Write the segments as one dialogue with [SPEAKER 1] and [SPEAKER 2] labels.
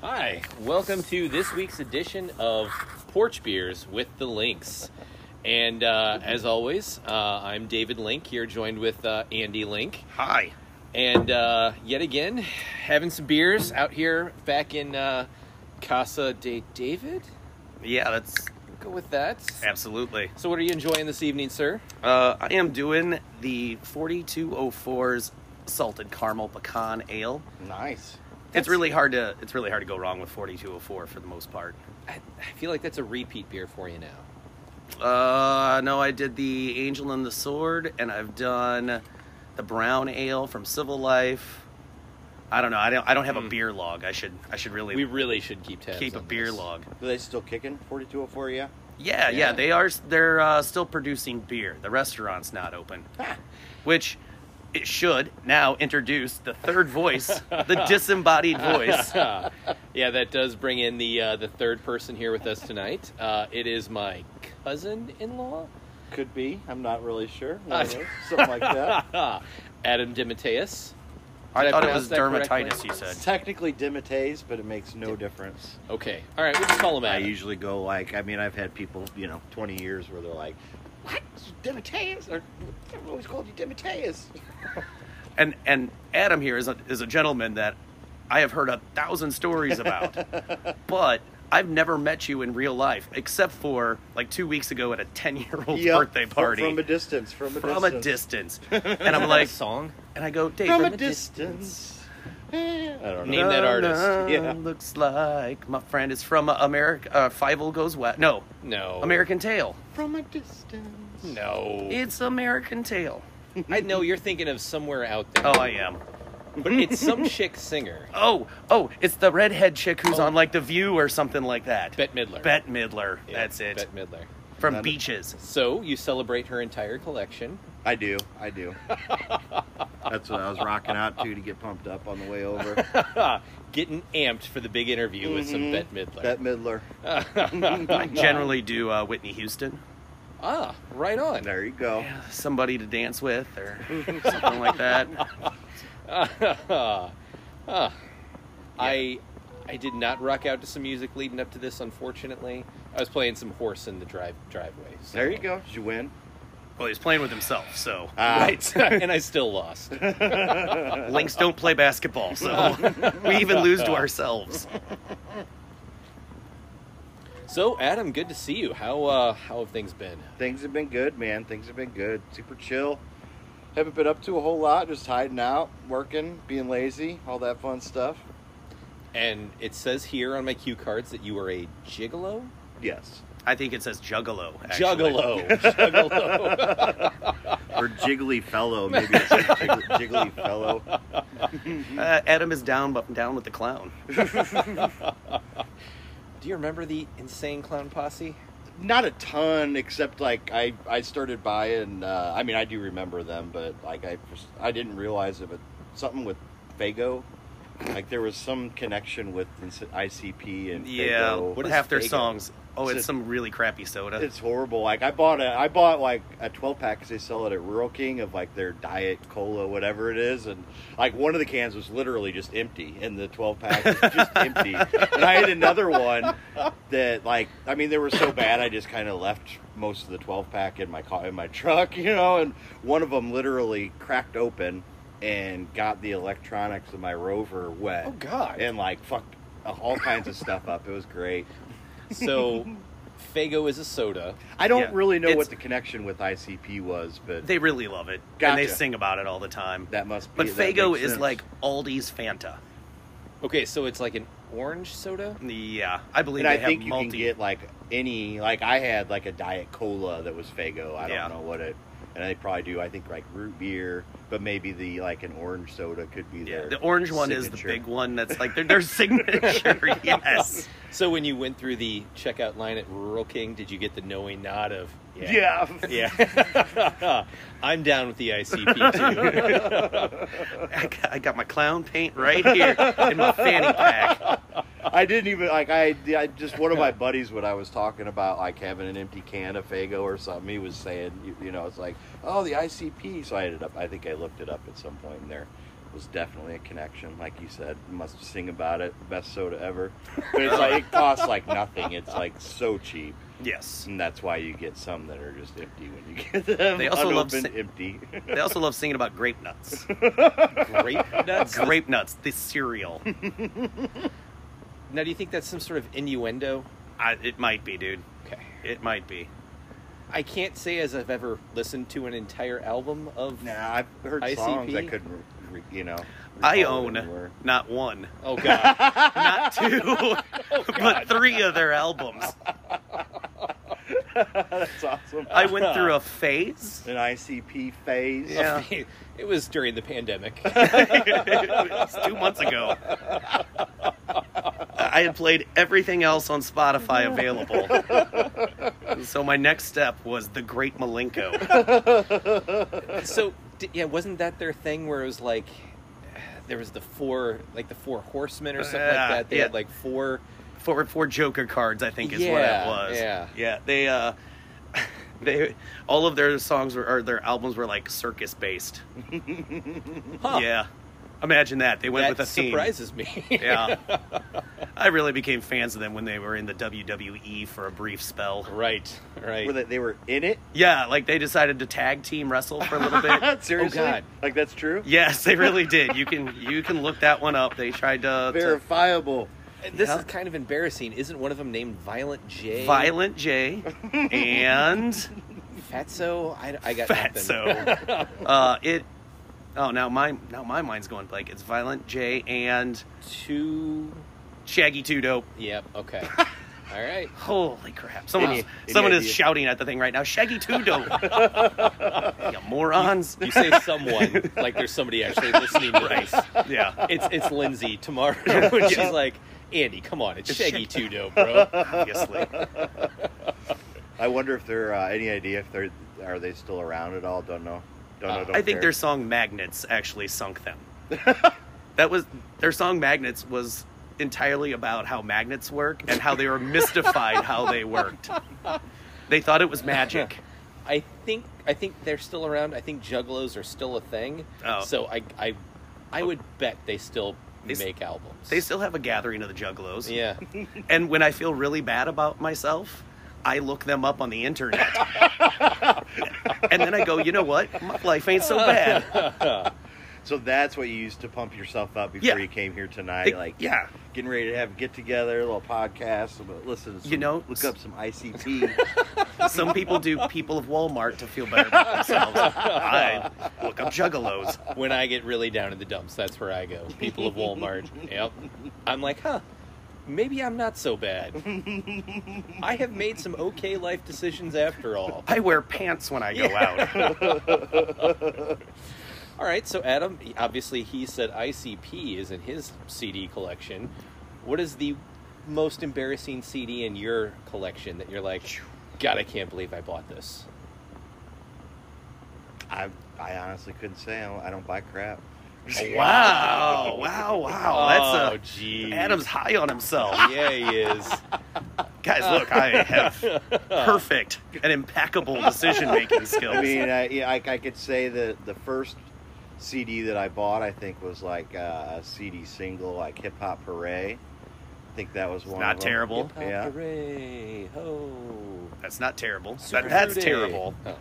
[SPEAKER 1] Hi, welcome to this week's edition of Porch Beers with the Links. And uh, as always, uh, I'm David Link here, joined with uh, Andy Link.
[SPEAKER 2] Hi.
[SPEAKER 1] And uh, yet again, having some beers out here back in uh, Casa de David.
[SPEAKER 2] Yeah, that's
[SPEAKER 1] Go with that.
[SPEAKER 2] absolutely.
[SPEAKER 1] So, what are you enjoying this evening, sir?
[SPEAKER 2] Uh, I am doing the 4204's salted caramel pecan ale.
[SPEAKER 1] Nice.
[SPEAKER 2] it's really hard to it's really hard to go wrong with 4204 for the most part.
[SPEAKER 1] I, I feel like that's a repeat beer for you now.
[SPEAKER 2] Uh, no, I did the Angel and the Sword, and I've done the brown ale from Civil Life. I don't know. I don't. I don't have a
[SPEAKER 1] Mm.
[SPEAKER 2] beer log. I should. I should really
[SPEAKER 1] We really should keep tabs.
[SPEAKER 2] keep a
[SPEAKER 1] on
[SPEAKER 2] beer
[SPEAKER 1] this.
[SPEAKER 2] log.
[SPEAKER 3] Are they still kicking? 4204, yeah?
[SPEAKER 2] Yeah, yeah,
[SPEAKER 1] Yeah.
[SPEAKER 2] they are. They're uh, still producing beer. The restaurant's not open, which it should now introduce the third voice, the disembodied voice.
[SPEAKER 1] yeah, that does bring in the uh, the third person here with us tonight. Uh, it is my cousin-in-law,
[SPEAKER 3] Could be. I'm not really sure. One
[SPEAKER 1] Uh,
[SPEAKER 3] of those, Something like that.
[SPEAKER 1] Adam Demetrius.
[SPEAKER 2] I
[SPEAKER 1] Did
[SPEAKER 2] thought it
[SPEAKER 1] pronounce
[SPEAKER 2] was
[SPEAKER 1] that
[SPEAKER 2] dermatitis.
[SPEAKER 1] correctly?
[SPEAKER 2] You said.
[SPEAKER 3] It's technically Dimitase, but it makes no difference.
[SPEAKER 1] Okay, all right, we'll just call him
[SPEAKER 4] I
[SPEAKER 1] Adam.
[SPEAKER 4] usually go like, I mean, I've had people, you know, 20 years where they're like, what? Demetrius? Or, I've always called you Demetrius.
[SPEAKER 2] And and Adam here is a, is a gentleman that I have heard a thousand stories about, but I've never met you in real life except for like two weeks ago at a ten year old
[SPEAKER 3] Yep,
[SPEAKER 2] birthday
[SPEAKER 3] fr-
[SPEAKER 2] party
[SPEAKER 3] From a distance. From a
[SPEAKER 2] From a
[SPEAKER 3] distance.
[SPEAKER 2] distance. and I'm like,
[SPEAKER 1] song.
[SPEAKER 2] and I go, Dave,
[SPEAKER 3] From
[SPEAKER 2] I'm
[SPEAKER 3] a
[SPEAKER 2] a
[SPEAKER 3] distance. Eh, I don't know.
[SPEAKER 1] Name that artist.
[SPEAKER 2] Dun-dun,
[SPEAKER 3] Yeah.
[SPEAKER 2] Looks like my friend is from America. Uh, Five O Goes West. No,
[SPEAKER 1] No,
[SPEAKER 2] American Tail.
[SPEAKER 3] From a distance.
[SPEAKER 1] No,
[SPEAKER 2] It's American Tail.
[SPEAKER 1] I know you're thinking of somewhere out there.
[SPEAKER 2] Oh, I am.
[SPEAKER 1] but it's some chick singer,
[SPEAKER 2] Oh, oh, it's the redhead chick who's
[SPEAKER 1] Oh.
[SPEAKER 2] on like The View or something like that.
[SPEAKER 1] Bette Midler.
[SPEAKER 2] Bette Midler.
[SPEAKER 1] Yeah,
[SPEAKER 2] That's it.
[SPEAKER 1] Bette Midler.
[SPEAKER 2] from
[SPEAKER 3] That-
[SPEAKER 2] Beaches.
[SPEAKER 1] So you celebrate her entire collection.
[SPEAKER 4] I do. I do. That's what I was rocking out to to get pumped up on the way over.
[SPEAKER 1] Getting amped for the big interview with some
[SPEAKER 3] Mhm.
[SPEAKER 1] Bette
[SPEAKER 2] Mm-hmm.
[SPEAKER 1] Midler.
[SPEAKER 4] Bette Midler.
[SPEAKER 1] Oh,
[SPEAKER 2] I generally do uh, Whitney Houston.
[SPEAKER 1] ah, right on.
[SPEAKER 4] There you go.
[SPEAKER 2] Yeah, somebody to dance with or something like that.
[SPEAKER 1] Ah, I I did not rock out to some music leading up to this. Unfortunately, I was playing some horse in the drive driveway. so-
[SPEAKER 4] There you go. Did you win?
[SPEAKER 2] Well, he's playing with himself, so.
[SPEAKER 4] Ah.
[SPEAKER 1] Right, and I still lost. Oh.
[SPEAKER 2] Lynx don't play basketball, so we even lose to ourselves.
[SPEAKER 1] So Adam, good to see you. How uh, how have things been?
[SPEAKER 4] Things have been good, man. Things have been good. Super chill.
[SPEAKER 3] Haven't been up to a whole lot. Just hiding out, working, being lazy, all that fun stuff.
[SPEAKER 1] And it says here on my cue cards that you are a gigolo.
[SPEAKER 4] Yes.
[SPEAKER 2] I think it says Juggalo. Actually.
[SPEAKER 1] Juggalo, juggalo.
[SPEAKER 4] Or jiggly fellow. Maybe it's like jiggly, jiggly fellow.
[SPEAKER 2] Uh, Adam is down, but down with the clown.
[SPEAKER 1] Do you remember the insane clown posse?
[SPEAKER 3] not a ton except like i i started buying uh i mean i do remember them but like i just i didn't realize it but something with fago like there was some connection with ins- icp and
[SPEAKER 2] Yeah,
[SPEAKER 3] Faygo.
[SPEAKER 1] What is
[SPEAKER 2] half their
[SPEAKER 1] Faygo?
[SPEAKER 2] songs. Oh, it's,
[SPEAKER 3] It's a-
[SPEAKER 2] some really crappy soda.
[SPEAKER 3] it's horrible like i bought a i bought like a 12 pack because they sell it at rural king of like their diet cola whatever it is and like one of the cans was literally just empty and the 12 pack was just empty and i had another one that like i mean they were so bad i just kind of left most of the 12 pack in my car in my truck you know and one of them literally cracked open and got the electronics of my rover wet
[SPEAKER 1] Oh,
[SPEAKER 4] Oh,
[SPEAKER 1] God!
[SPEAKER 3] and like fucked all kinds of stuff up it was great
[SPEAKER 1] So, Fago is a soda.
[SPEAKER 3] I don't
[SPEAKER 2] Yeah.
[SPEAKER 3] really know
[SPEAKER 2] It's-
[SPEAKER 3] what the connection with ICP was, but
[SPEAKER 2] they really love it, and they
[SPEAKER 3] Gotcha.
[SPEAKER 2] sing about it all the time.
[SPEAKER 3] that must be.
[SPEAKER 2] but
[SPEAKER 3] that
[SPEAKER 2] Fago
[SPEAKER 3] makes
[SPEAKER 2] is
[SPEAKER 3] sense.
[SPEAKER 2] like Aldi's Fanta.
[SPEAKER 1] Okay, so it's like an orange soda.
[SPEAKER 2] Yeah, I believe
[SPEAKER 3] and I
[SPEAKER 2] they
[SPEAKER 3] think
[SPEAKER 2] have
[SPEAKER 3] you
[SPEAKER 2] multi.
[SPEAKER 3] can get like any. Like I had like a diet cola that was Fago. I don't
[SPEAKER 2] Yeah.
[SPEAKER 3] know what it. And they probably do. I think like root beer, but maybe the like an orange soda could be
[SPEAKER 2] yeah,
[SPEAKER 3] there.
[SPEAKER 2] the orange one is the
[SPEAKER 3] signature.
[SPEAKER 2] big one. That's like their, their signature. yes.
[SPEAKER 1] So when you went through the checkout line at Rural King, did you get the knowing nod of
[SPEAKER 3] Yeah.
[SPEAKER 1] yeah. I'm down with the ICP too.
[SPEAKER 2] I got, I got my clown paint right here in my fanny pack.
[SPEAKER 3] I didn't even like. I I just one of my buddies when I was talking about like having an empty can of Fago or something. He was saying, you, you know, it's like oh the ICP. So I ended up. I think I looked it up at some point in there. was definitely a connection. Like you said, must sing about it. Best soda ever. But it's like it costs like nothing. It's like so cheap,
[SPEAKER 2] Yes.
[SPEAKER 3] and that's why you get some that are just empty when you get them.
[SPEAKER 2] They also love
[SPEAKER 3] unopened,
[SPEAKER 2] si-
[SPEAKER 3] empty.
[SPEAKER 2] They also love singing about grape nuts.
[SPEAKER 1] Grape nuts.
[SPEAKER 2] grape nuts, the cereal.
[SPEAKER 1] Now, do you think that's some sort of innuendo?
[SPEAKER 2] I, it might be, dude.
[SPEAKER 1] Okay.
[SPEAKER 2] It might be.
[SPEAKER 1] I can't say as I've ever listened to an entire album of.
[SPEAKER 3] nah, I've heard songs I
[SPEAKER 1] ICP?
[SPEAKER 3] couldn't, re- re- you know.
[SPEAKER 2] I
[SPEAKER 3] recall
[SPEAKER 2] own
[SPEAKER 3] anywhere.
[SPEAKER 2] not one,
[SPEAKER 1] Oh God.
[SPEAKER 2] not two, but three of their albums.
[SPEAKER 3] That's awesome.
[SPEAKER 2] I went through a phase.
[SPEAKER 3] an ICP phase.
[SPEAKER 2] Yeah.
[SPEAKER 1] it was during the pandemic.
[SPEAKER 2] it's two months ago. I had played everything else on Spotify available. So my next step was the Great Malenko.
[SPEAKER 1] so d- yeah, wasn't that their thing where it was like there was the four like the four horsemen or something
[SPEAKER 2] Yeah,
[SPEAKER 1] like that? They had
[SPEAKER 2] yeah.
[SPEAKER 1] like four.
[SPEAKER 2] Four four Joker cards, I think, is what it
[SPEAKER 1] Yeah,
[SPEAKER 2] was.
[SPEAKER 1] yeah.
[SPEAKER 2] yeah. They uh, they all of their songs were or their albums were like circus based.
[SPEAKER 1] Huh.
[SPEAKER 2] Yeah, imagine that. They went
[SPEAKER 1] that
[SPEAKER 2] with a theme.
[SPEAKER 1] surprises me.
[SPEAKER 2] Yeah, I really became fans of them when they were in the WWE for a brief spell.
[SPEAKER 1] right. Right.
[SPEAKER 3] Were they, they were in it?
[SPEAKER 2] Yeah, like they decided to tag team wrestle for a little bit.
[SPEAKER 3] Seriously?
[SPEAKER 1] God.
[SPEAKER 3] Like that's true?
[SPEAKER 2] yes, they really did. You can you can look that one up. They tried to, to
[SPEAKER 3] Verifiable.
[SPEAKER 1] this
[SPEAKER 2] Yeah.
[SPEAKER 1] is kind of embarrassing. Isn't one of them named Violent J?
[SPEAKER 2] Violent J and
[SPEAKER 1] Fatso. I, I got nothing.
[SPEAKER 2] Fatso. uh, it oh now my now my mind's going blank. It's Violent J and
[SPEAKER 1] Two.
[SPEAKER 2] Shaggy Two Dope.
[SPEAKER 1] Yep. Okay. All right.
[SPEAKER 2] Holy crap! Someone
[SPEAKER 3] Any-
[SPEAKER 2] is,
[SPEAKER 3] any
[SPEAKER 2] someone is
[SPEAKER 3] idea?
[SPEAKER 2] shouting at the thing right now. Shaggy Two Dope. you morons.
[SPEAKER 1] You say someone like there's somebody actually listening to this.
[SPEAKER 2] yeah.
[SPEAKER 1] It's it's Lindsay tomorrow. and she's like, Andy, come on, it's Shaggy Two Dope, bro.
[SPEAKER 2] Obviously.
[SPEAKER 3] I wonder if they're uh, any idea if they're are they still around at all? Don't know. Don't know.
[SPEAKER 1] Uh,
[SPEAKER 3] Don't
[SPEAKER 2] I think
[SPEAKER 3] care.
[SPEAKER 2] their song Magnets actually sunk them. that was their song Magnets was entirely about how magnets work and how they were mystified how they worked. They thought it was magic.
[SPEAKER 1] I think I think they're still around. I think Juggalos are still a thing.
[SPEAKER 2] Oh.
[SPEAKER 1] So I I I would bet they still
[SPEAKER 2] They s-
[SPEAKER 1] make albums.
[SPEAKER 2] They still have a gathering of the juggalos.
[SPEAKER 1] yeah.
[SPEAKER 2] And when I feel really bad about myself, I look them up on the internet. and then I go, you know what? My life ain't so bad.
[SPEAKER 3] so that's what you used to pump yourself up before
[SPEAKER 2] Yeah.
[SPEAKER 3] you came here tonight.
[SPEAKER 2] They-
[SPEAKER 3] like
[SPEAKER 2] yeah.
[SPEAKER 3] getting ready to have a get together, a little podcast, a little- listen. To some,
[SPEAKER 2] You know,
[SPEAKER 3] look
[SPEAKER 2] s-
[SPEAKER 3] up some ICP.
[SPEAKER 2] Some people do people of Walmart to feel better about themselves. I look up juggalos.
[SPEAKER 1] When I get really down in the dumps, that's where I go. People of Walmart. yep. I'm like, huh. Maybe I'm not so bad. I have made some okay life decisions after all.
[SPEAKER 2] I wear pants when I go out.
[SPEAKER 1] All right, so Adam, obviously he said ICP is in his CD collection. What is the most embarrassing CD in your collection that you're like, God, I can't believe I bought this?
[SPEAKER 3] I I honestly couldn't say. I don't, I don't buy crap.
[SPEAKER 2] Wow, wow, wow.
[SPEAKER 1] oh,
[SPEAKER 2] That's
[SPEAKER 1] geez.
[SPEAKER 2] a, Adam's high on himself.
[SPEAKER 1] Yeah, he is.
[SPEAKER 2] Guys, look, I have perfect and impeccable decision making skills.
[SPEAKER 3] I mean, I, yeah, I, I could say that the first CD that I bought, I think, was like uh, a CD single, like Hip Hop Hooray. I think that was one.
[SPEAKER 2] not
[SPEAKER 3] of them.
[SPEAKER 2] terrible.
[SPEAKER 1] Hip-hop
[SPEAKER 3] Yeah.
[SPEAKER 1] Hooray, ho.
[SPEAKER 2] That's not terrible.
[SPEAKER 1] Super
[SPEAKER 2] That, that's
[SPEAKER 1] Fruity.
[SPEAKER 2] terrible.
[SPEAKER 1] Oh.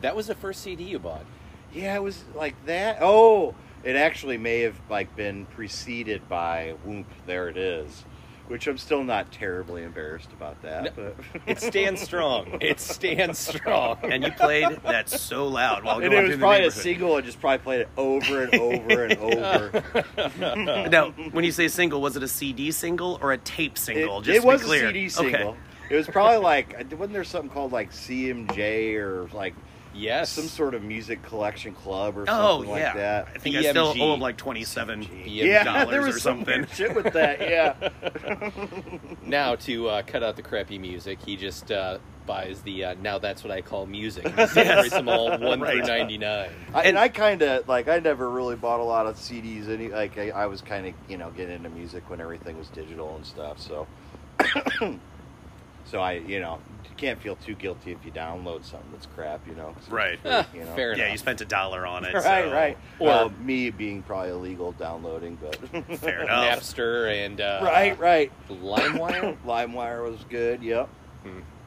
[SPEAKER 1] that was the first CD you bought.
[SPEAKER 3] Yeah, it was like that. Oh, it actually may have like been preceded by "Whoop, there it is," which I'm still not terribly embarrassed about that. But
[SPEAKER 1] It stands strong. It stands strong.
[SPEAKER 2] And you played that so loud while
[SPEAKER 3] and
[SPEAKER 2] going
[SPEAKER 3] it was
[SPEAKER 2] through
[SPEAKER 3] probably
[SPEAKER 2] the
[SPEAKER 3] a
[SPEAKER 2] neighborhood. Oh.
[SPEAKER 3] single. I just probably played it over and over and over.
[SPEAKER 2] Now, when you say single, was it a CD single or a tape single?
[SPEAKER 3] It,
[SPEAKER 2] Just
[SPEAKER 3] it was
[SPEAKER 2] to be clear.
[SPEAKER 3] a CD
[SPEAKER 2] Okay.
[SPEAKER 3] single. It was probably like wasn't there something called like CMJ or like
[SPEAKER 1] Yes.
[SPEAKER 3] some sort of music collection club or
[SPEAKER 2] Oh
[SPEAKER 3] something
[SPEAKER 2] yeah,
[SPEAKER 3] like that.
[SPEAKER 2] I think I still
[SPEAKER 1] BMG.
[SPEAKER 2] owe him like twenty-seven
[SPEAKER 1] BMG.
[SPEAKER 3] yeah, there
[SPEAKER 2] dollars
[SPEAKER 3] was
[SPEAKER 2] or
[SPEAKER 3] some
[SPEAKER 2] something.
[SPEAKER 3] weird shit with that. Yeah.
[SPEAKER 1] now to uh, cut out the crappy music, he just uh, buys the uh, now that's what I call music. Every small one through
[SPEAKER 2] Right.
[SPEAKER 1] ninety nine.
[SPEAKER 3] I,
[SPEAKER 2] And-
[SPEAKER 3] and I kind of like I never really bought a lot of CDs. Any like I, I was kind of you know getting into music when everything was digital and stuff. So So I, you know, you can't feel too guilty if you download something that's crap, you know. 'cause it's
[SPEAKER 2] Right.
[SPEAKER 3] free,
[SPEAKER 1] Ah,
[SPEAKER 3] you know?
[SPEAKER 1] fair
[SPEAKER 2] Yeah,
[SPEAKER 1] enough.
[SPEAKER 2] you spent a dollar on it.
[SPEAKER 3] Right,
[SPEAKER 2] so-
[SPEAKER 3] right. Or
[SPEAKER 1] Or-
[SPEAKER 3] me being probably illegal downloading, but
[SPEAKER 2] Fair enough.
[SPEAKER 1] Napster and uh,
[SPEAKER 3] right, right.
[SPEAKER 1] LimeWire.
[SPEAKER 3] LimeWire was good. Yep.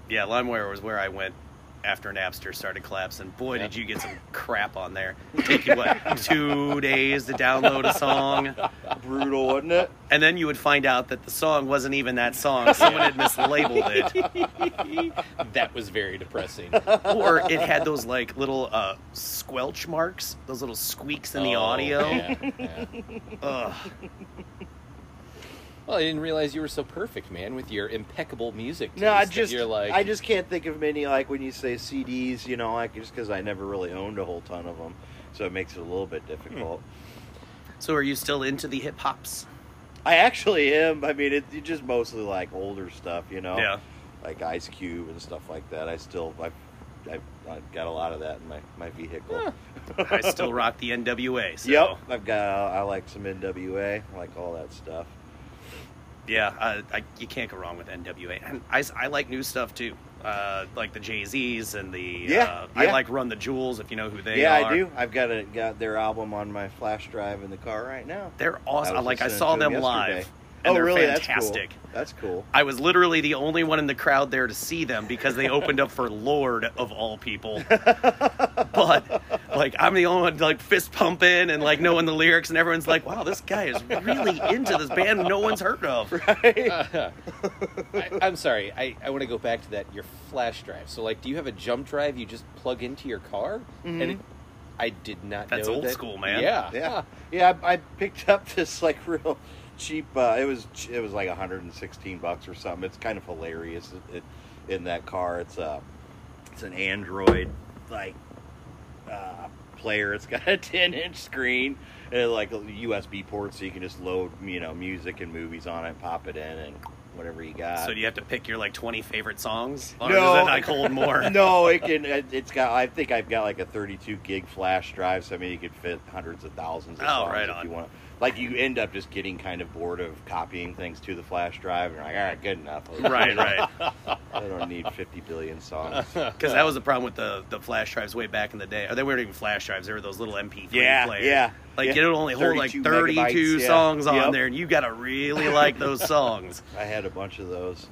[SPEAKER 2] Yeah, LimeWire was where I went after Napster started collapsing. Boy,
[SPEAKER 1] Yeah.
[SPEAKER 2] did you get some crap on there. Take you what two days to download a song,
[SPEAKER 3] Brutal, wasn't it?
[SPEAKER 2] and then you would find out that the song wasn't even that song. Someone had mislabeled it,
[SPEAKER 1] that was very depressing.
[SPEAKER 2] or it had those like little uh, squelch marks, those little squeaks in the
[SPEAKER 1] Oh,
[SPEAKER 2] audio.
[SPEAKER 1] yeah, yeah.
[SPEAKER 2] Ugh.
[SPEAKER 1] Well, I didn't realize you were so perfect, man, with your impeccable music. Taste
[SPEAKER 3] No, I
[SPEAKER 1] that
[SPEAKER 3] just
[SPEAKER 1] you're like
[SPEAKER 3] I just can't think of many like when you say CDs, you know, like just because I never really owned a whole ton of them, so it makes it a little
[SPEAKER 2] Hmm.
[SPEAKER 3] bit difficult.
[SPEAKER 2] So, are you still into the hip hops?
[SPEAKER 3] I actually am. I mean, it, it's just mostly like older stuff, you know,
[SPEAKER 2] Yeah.
[SPEAKER 3] like Ice Cube and stuff like that. I still I I, I got a lot of that in my my vehicle.
[SPEAKER 2] I still rock the NWA. So.
[SPEAKER 3] Yep, I've got I like some NWA, I like all that stuff.
[SPEAKER 2] Yeah, uh, I, you can't go wrong with NWA, and I, s- I like new stuff too, uh, like the Jay Z's and the.
[SPEAKER 3] Yeah,
[SPEAKER 2] uh, I
[SPEAKER 3] yeah.
[SPEAKER 2] like Run the Jewels if you know who they
[SPEAKER 3] yeah,
[SPEAKER 2] are.
[SPEAKER 3] I do. I've got a got their album on my flash drive in the car right now.
[SPEAKER 2] They're
[SPEAKER 3] I
[SPEAKER 2] awesome.
[SPEAKER 3] was
[SPEAKER 2] like I
[SPEAKER 3] listening
[SPEAKER 2] saw
[SPEAKER 3] to
[SPEAKER 2] them
[SPEAKER 3] yesterday.
[SPEAKER 2] live, and
[SPEAKER 3] oh,
[SPEAKER 2] they're
[SPEAKER 3] really?
[SPEAKER 2] fantastic.
[SPEAKER 3] That's cool.
[SPEAKER 2] I was literally the only one in the crowd there to see them because they opened up for Lord of all people. but like I'm the only one like fist pumping and like knowing the lyrics and everyone's like, "Wow, this guy is really into this band no one's heard of."
[SPEAKER 1] I, I'm sorry. I, I want to go back to that. Your flash drive. So, like, do you have a jump drive you just plug into your car? And it, I did not.
[SPEAKER 2] That's
[SPEAKER 1] know
[SPEAKER 2] old
[SPEAKER 1] that-
[SPEAKER 2] school, man.
[SPEAKER 1] Yeah,
[SPEAKER 3] Yeah,
[SPEAKER 1] Huh.
[SPEAKER 3] yeah. I, I picked up this like real cheap. Uh, it was ch- it was like 116 bucks or something. It's kind of hilarious. It, it, in that car, it's a it's an Android like uh, player. It's got a 10 inch screen and like a USB port, so you can just load you know music and movies on it, pop it in, and whatever you got.
[SPEAKER 2] So do you have to pick your like 20 favorite songs? Or
[SPEAKER 3] No.
[SPEAKER 2] does it like hold more?
[SPEAKER 3] no, it can. it- It's got. I think I've got like a 32 gig flash drive, so I mean, you could fit hundreds of thousands of
[SPEAKER 2] Oh,
[SPEAKER 3] songs
[SPEAKER 2] right
[SPEAKER 3] if
[SPEAKER 2] on.
[SPEAKER 3] you want. Like you end up just getting kind of bored of copying things to the flash drive, and you're like, all right, good enough.
[SPEAKER 2] right, right.
[SPEAKER 3] I don't need 50 billion songs.
[SPEAKER 2] Because that was the problem with the, the flash drives way back in the day. Or they weren't even flash drives. They were those little MP3
[SPEAKER 3] Yeah,
[SPEAKER 2] players.
[SPEAKER 3] yeah,
[SPEAKER 2] Like
[SPEAKER 3] yeah.
[SPEAKER 2] it'll only hold like
[SPEAKER 3] 32 megabytes,
[SPEAKER 2] 32
[SPEAKER 3] yeah.
[SPEAKER 2] songs on
[SPEAKER 3] Yep.
[SPEAKER 2] there, and you gotta really like those songs.
[SPEAKER 3] I had a bunch of those.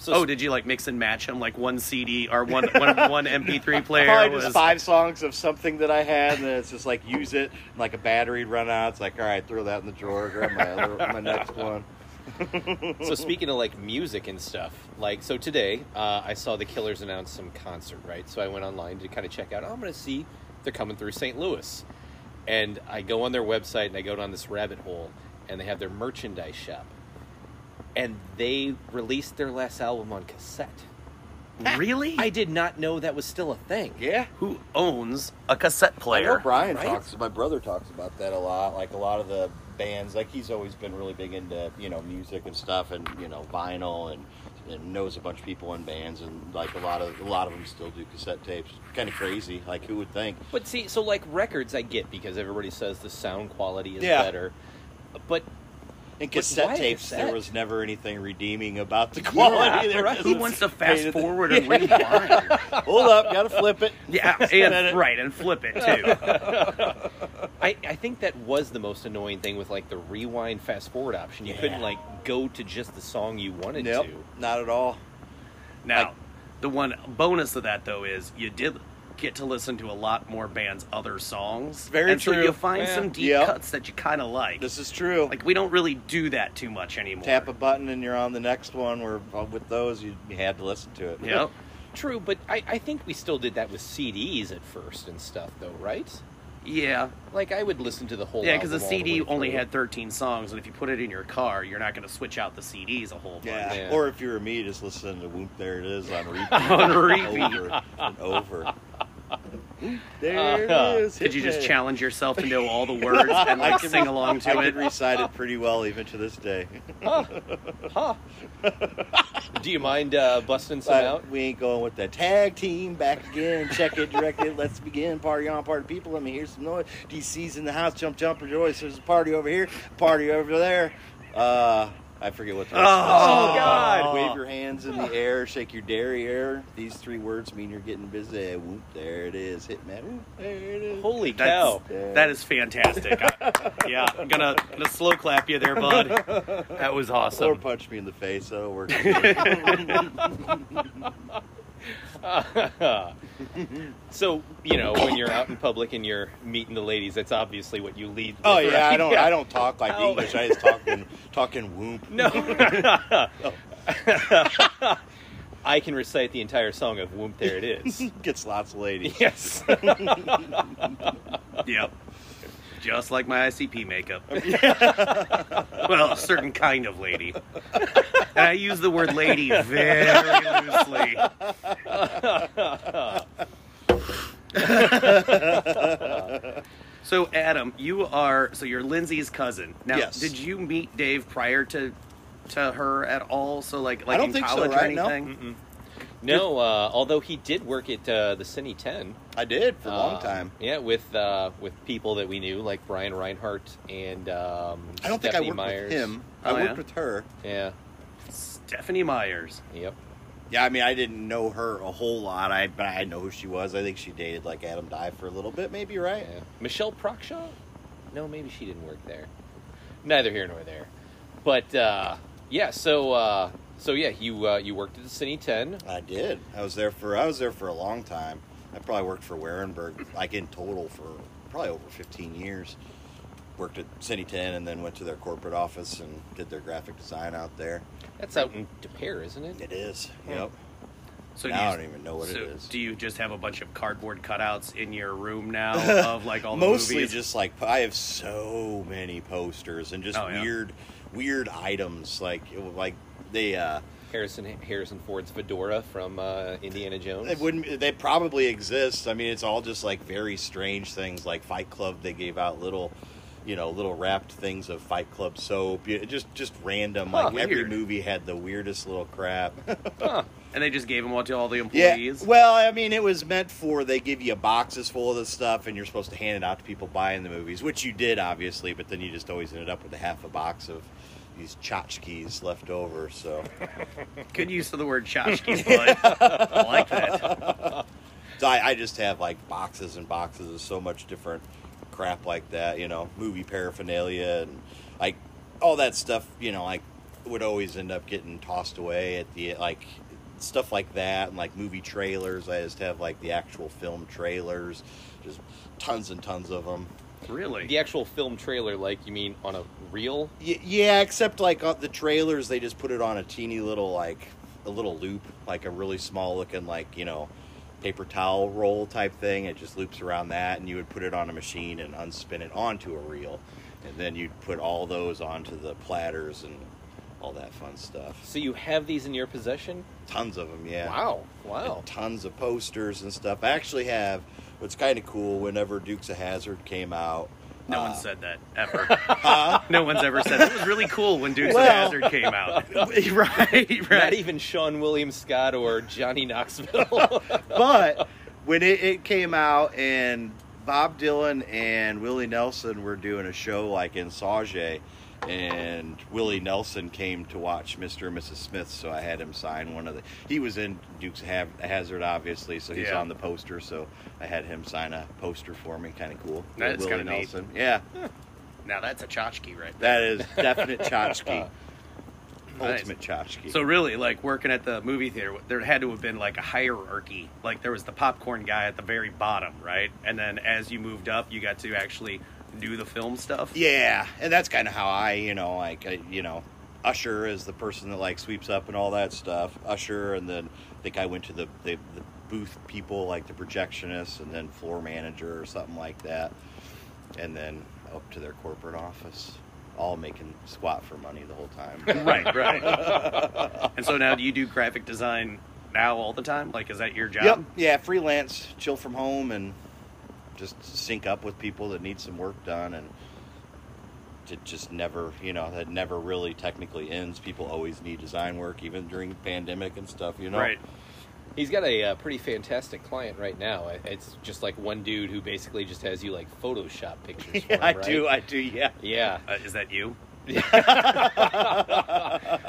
[SPEAKER 1] So,
[SPEAKER 2] oh, did you like mix and match them? Like one CD or one one, one MP3 player
[SPEAKER 3] Probably
[SPEAKER 2] was
[SPEAKER 3] just five songs of something that I had, and then it's just like use it, and like a battery run out. It's like, all right, throw that in the drawer, grab my other, my next one.
[SPEAKER 1] so speaking of like music and stuff, like so today, uh, I saw the Killers announce some concert, right? So I went online to kind of check out. Oh, I'm going to see if they're coming through St. Louis, and I go on their website and I go down this rabbit hole, and they have their merchandise shop, and they released their last album on cassette.
[SPEAKER 2] really?
[SPEAKER 1] I did not know that was still a thing.
[SPEAKER 3] Yeah.
[SPEAKER 2] Who owns a cassette
[SPEAKER 3] I know
[SPEAKER 2] player?
[SPEAKER 3] Brian
[SPEAKER 1] right?
[SPEAKER 3] talks. My brother talks about that a lot. Like a lot of the bands, like he's always been really big into you know music and stuff, and you know vinyl, and, and knows a bunch of people in bands, and like a lot of a lot of them still do cassette tapes. Kind of crazy. Like who would think?
[SPEAKER 1] But see, so like records, I get because everybody says the sound quality is
[SPEAKER 3] Yeah.
[SPEAKER 1] better. But
[SPEAKER 3] And
[SPEAKER 1] why
[SPEAKER 3] cassette tapes, there
[SPEAKER 1] cassette?
[SPEAKER 3] was never anything redeeming about the quality. there
[SPEAKER 2] Who
[SPEAKER 3] was-
[SPEAKER 2] wants to fast
[SPEAKER 3] Painted-
[SPEAKER 2] forward and rewind?
[SPEAKER 3] Hold up, gotta flip it.
[SPEAKER 2] Yeah, and right, and flip it too.
[SPEAKER 1] I, I think that was the most annoying thing with like the rewind, fast forward option. You couldn't
[SPEAKER 3] Yeah.
[SPEAKER 1] like go to just the song you wanted
[SPEAKER 3] Nope,
[SPEAKER 1] to.
[SPEAKER 3] not at all.
[SPEAKER 2] Now, the one bonus of that though is you did get to listen to a lot more bands' other songs.
[SPEAKER 3] Very
[SPEAKER 2] and So
[SPEAKER 3] true.
[SPEAKER 2] you find
[SPEAKER 1] Yeah.
[SPEAKER 2] some deep
[SPEAKER 3] Yep.
[SPEAKER 2] cuts that you kind of like.
[SPEAKER 3] This is true.
[SPEAKER 2] like we don't really do that too much anymore.
[SPEAKER 3] Tap a button and you're on the next one. Where uh, with those, you, you had to listen to it.
[SPEAKER 2] Yep.
[SPEAKER 1] True, but I, I think we still did that with CDs at first and stuff, though, right?
[SPEAKER 2] Yeah.
[SPEAKER 1] Like I would listen to the whole.
[SPEAKER 2] Yeah, because the
[SPEAKER 1] album all
[SPEAKER 2] CD
[SPEAKER 1] way
[SPEAKER 2] only
[SPEAKER 1] through.
[SPEAKER 2] had 13 songs, and if you put it in your car, you're not going to switch out the CDs a whole bunch.
[SPEAKER 3] Yeah.
[SPEAKER 1] Yeah.
[SPEAKER 3] Or if you were me, just listen to Whoop There It Is on repeat.
[SPEAKER 2] On repeat.
[SPEAKER 3] Over and over. there it is.
[SPEAKER 2] Did Uh, Uh-huh. you just
[SPEAKER 3] Hey.
[SPEAKER 2] challenge yourself to know all the words and like sing along
[SPEAKER 3] I
[SPEAKER 2] to
[SPEAKER 3] could
[SPEAKER 2] it?
[SPEAKER 3] recite it pretty well even to this day.
[SPEAKER 1] Do you mind uh, busting some out?
[SPEAKER 3] But we ain't going with the tag team back again. Check it, direct it. Let's begin. Party on, party people. Let me hear some noise. DC's in the house. Jump, jump, rejoice. There's a party over here, party over there. Uh, I forget what. The
[SPEAKER 2] Oh, God.
[SPEAKER 3] Wave your hands in the air, shake your derriere. These three words mean you're getting busy. Whoop, there it is. Hit man. Whoop, there it is.
[SPEAKER 1] Holy
[SPEAKER 2] That's,
[SPEAKER 1] cow!
[SPEAKER 2] that is fantastic. I- yeah, I'm gonna gonna slow clap you there, bud. That was
[SPEAKER 3] Or
[SPEAKER 2] awesome.
[SPEAKER 3] punch me in the face. That'll work.
[SPEAKER 1] so you know when you're out in public and you're meeting the ladies, that's obviously what you lead. with,
[SPEAKER 3] oh yeah, I
[SPEAKER 1] right?
[SPEAKER 3] don't. I don't talk like
[SPEAKER 1] Ow.
[SPEAKER 3] English. I just talk in talking whoop.
[SPEAKER 1] No. I can recite the entire song of "Whoop There It Is."
[SPEAKER 3] Gets lots of ladies.
[SPEAKER 1] yes.
[SPEAKER 2] Yep. Just like my ICP makeup. well, a certain kind of lady. And I use the word lady very loosely. so Adam, you are so you're Lindsay's cousin. Now,
[SPEAKER 3] Yes.
[SPEAKER 2] did you meet Dave prior to to her at all? So like like
[SPEAKER 3] I don't
[SPEAKER 2] in
[SPEAKER 3] think so,
[SPEAKER 2] college
[SPEAKER 3] right?
[SPEAKER 2] or
[SPEAKER 3] No.
[SPEAKER 2] anything?
[SPEAKER 1] No, uh, although he did work at uh, the Cine Ten
[SPEAKER 3] I did for a long
[SPEAKER 1] Uh,
[SPEAKER 3] time.
[SPEAKER 1] Yeah, with uh, with people that we knew, like Brian Reinhardt and um,
[SPEAKER 3] I don't think I
[SPEAKER 1] Stephanie
[SPEAKER 3] worked
[SPEAKER 1] Myers.
[SPEAKER 3] with him. I
[SPEAKER 2] Oh,
[SPEAKER 3] worked
[SPEAKER 2] yeah?
[SPEAKER 3] with her.
[SPEAKER 1] Yeah.
[SPEAKER 2] Stephanie Myers.
[SPEAKER 1] Yep.
[SPEAKER 3] Yeah, I mean, I didn't know her a whole lot. I but I know who she was. I think she dated like Adam Dye for a little bit, maybe, right?
[SPEAKER 1] Yeah. Michelle Prokshaw? No, maybe she didn't work there. Neither here nor there. But uh, yeah, so uh, so yeah, you uh, you worked at the Cine Ten.
[SPEAKER 3] I did. I was there for I was there for a long time. I probably worked for Warenberg like in total for probably over 15 years. Worked at City 10 and then went to their corporate office and did their graphic design out there.
[SPEAKER 1] That's out in De Pere, isn't it?
[SPEAKER 3] It is. Yep.
[SPEAKER 2] So
[SPEAKER 3] now I
[SPEAKER 2] you,
[SPEAKER 3] don't even know what
[SPEAKER 2] so
[SPEAKER 3] it is.
[SPEAKER 2] do you just have a bunch of cardboard cutouts in your room now of like all the
[SPEAKER 3] Mostly
[SPEAKER 2] movies?
[SPEAKER 3] just like I have so many posters and just
[SPEAKER 2] Oh, yeah.
[SPEAKER 3] weird weird items like it was like they uh
[SPEAKER 1] Harrison Harrison Ford's fedora from uh, Indiana Jones.
[SPEAKER 3] They wouldn't. They probably exist. I mean, it's all just like very strange things, like Fight Club. They gave out little, you know, little wrapped things of Fight Club soap. You- Just just random.
[SPEAKER 2] Huh,
[SPEAKER 3] like every
[SPEAKER 2] weird.
[SPEAKER 3] movie had the weirdest little crap.
[SPEAKER 1] Huh.
[SPEAKER 2] and they just gave them all to all the
[SPEAKER 3] yeah.
[SPEAKER 2] employees.
[SPEAKER 3] Well, I mean, it was meant for. They give you boxes full of the stuff, and you're supposed to hand it out to people buying the movies, which you did obviously. But then you just always ended up with a half a box of these tchotchkes left over. So.
[SPEAKER 2] Good use of the word tchotchkes, bud. I like that.
[SPEAKER 3] So I, I just have like boxes and boxes of so much different crap like that, you know, movie paraphernalia and like all that stuff, you know, like would always end up getting tossed away at the like stuff like that and like movie trailers. I just have like the actual film trailers, just tons and tons of them.
[SPEAKER 2] Really?
[SPEAKER 1] the actual film trailer, like you mean on a reel?
[SPEAKER 3] Y- yeah, except like uh, the trailers, they just put it on a teeny little like a little loop, like a really small looking like you know paper towel roll type thing. It just loops around that, and you would put it on a machine and unspin it onto a reel, and then you'd put all those onto the platters and all that fun stuff.
[SPEAKER 1] So you have these in your possession?
[SPEAKER 3] Tons of them, yeah
[SPEAKER 1] Wow! Wow!
[SPEAKER 3] and tons of posters and stuff. I actually have what's kind of cool. Whenever Dukes of Hazard came out,
[SPEAKER 2] No
[SPEAKER 3] uh,
[SPEAKER 2] one said that ever. no one's ever said that. It was really cool when Dukes
[SPEAKER 3] Well-
[SPEAKER 2] of Hazard came out. right,
[SPEAKER 1] Not
[SPEAKER 2] right.
[SPEAKER 1] even Sean William Scott or Johnny Knoxville.
[SPEAKER 3] but when it, it came out and Bob Dylan and Willie Nelson were doing a show like in Sauge, and Willie Nelson came to watch Mr. and Mrs. Smith, so I had him sign one of the. He was in Duke's ha- Hazard, obviously, so he's
[SPEAKER 2] Yeah.
[SPEAKER 3] on the poster, so I had him sign a poster for me. Kind of cool.
[SPEAKER 2] That's
[SPEAKER 3] Willie
[SPEAKER 2] kinda neat.
[SPEAKER 3] Nelson. Yeah,
[SPEAKER 2] Now that's a tchotchke right there.
[SPEAKER 3] that is definite tchotchke.
[SPEAKER 2] Nice.
[SPEAKER 3] Ultimate tchotchke.
[SPEAKER 2] So really, like working at the movie theater, there had to have been like a hierarchy. Like there was the popcorn guy at the very bottom, right? And then as you moved up, you got to actually do the film stuff.
[SPEAKER 3] Yeah, and that's kind of how I, you know, like I, you know, Usher is the person that like sweeps up and all that stuff. Usher, and then I think I went to the the, the booth people, like the projectionist, and then floor manager or something like that, and then up to their corporate office, all making squat for money the whole time.
[SPEAKER 2] Right, right. and so now, do you do graphic design now all the time? Like, is that your job?
[SPEAKER 3] Yep. Yeah, freelance, chill from home, and just sync up with people that need some work done, and it just never, you know, that never really technically ends. People always need design work, even during pandemic and stuff. You know,
[SPEAKER 2] Right.
[SPEAKER 1] He's got a uh, pretty fantastic client right now. I- It's just like one dude who basically just has you like Photoshop pictures.
[SPEAKER 3] Yeah,
[SPEAKER 1] for him,
[SPEAKER 3] I
[SPEAKER 1] right?
[SPEAKER 3] do. I do. Yeah.
[SPEAKER 1] Yeah.
[SPEAKER 2] Uh, is that you?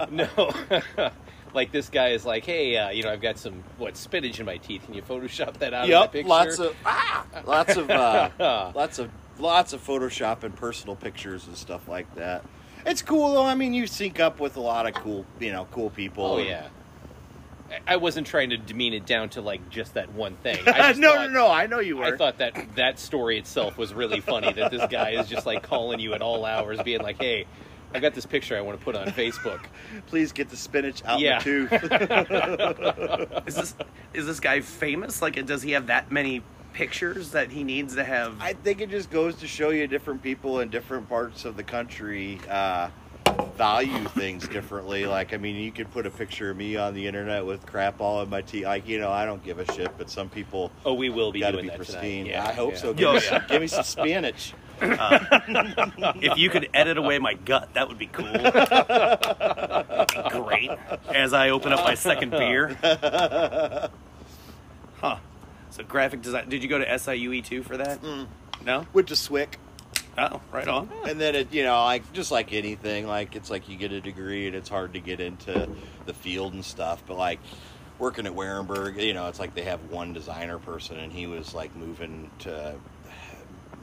[SPEAKER 1] no. like this guy is like, hey, uh, you know, I've got some what spinach in my teeth. Can you Photoshop that out of my
[SPEAKER 3] Yep,
[SPEAKER 1] picture?
[SPEAKER 3] lots of ah, lots of uh, lots of lots of Photoshop and personal pictures and stuff like that. It's cool though. I mean, you sync up with a lot of cool, you know, cool people.
[SPEAKER 1] Oh
[SPEAKER 3] and-
[SPEAKER 1] yeah. I- I wasn't trying to demean it down to like just that one thing. I just
[SPEAKER 2] Uh, no,
[SPEAKER 1] thought-
[SPEAKER 2] no, no. I know you were.
[SPEAKER 1] I thought that that story itself was really funny. That this guy is just like calling you at all hours, being like, "Hey, I've got this picture I want to put on Facebook."
[SPEAKER 3] Please get the spinach out
[SPEAKER 1] Yeah.
[SPEAKER 3] yeah. the tooth.
[SPEAKER 2] is this is this guy famous? Like, does he have that many pictures that he needs to have?
[SPEAKER 3] I think it just goes to show you different people in different parts of the country uh, value things differently. Like, I mean, you could put a picture of me on the internet with crap all in my teeth. Like, you know, I don't give a shit, but some people
[SPEAKER 1] Oh, we will be
[SPEAKER 3] got to
[SPEAKER 1] doing
[SPEAKER 3] be
[SPEAKER 1] that
[SPEAKER 3] pristine.
[SPEAKER 1] tonight. Yeah,
[SPEAKER 3] I hope
[SPEAKER 1] yeah.
[SPEAKER 3] so. Give,
[SPEAKER 2] Yo,
[SPEAKER 3] me
[SPEAKER 2] yeah.
[SPEAKER 3] some, give me some spinach.
[SPEAKER 2] if you could edit away my gut, that would be cool. Great. As I open up my second beer. Huh. So graphic design. Did you go to SIUE too E for that? No.
[SPEAKER 3] With the swick.
[SPEAKER 2] Oh, right on.
[SPEAKER 3] And then it, you know, like just like anything, like it's like you get a degree and it's hard to get into the field and stuff. But like working at Warenberg, you know, it's like they have one designer person, and he was like moving to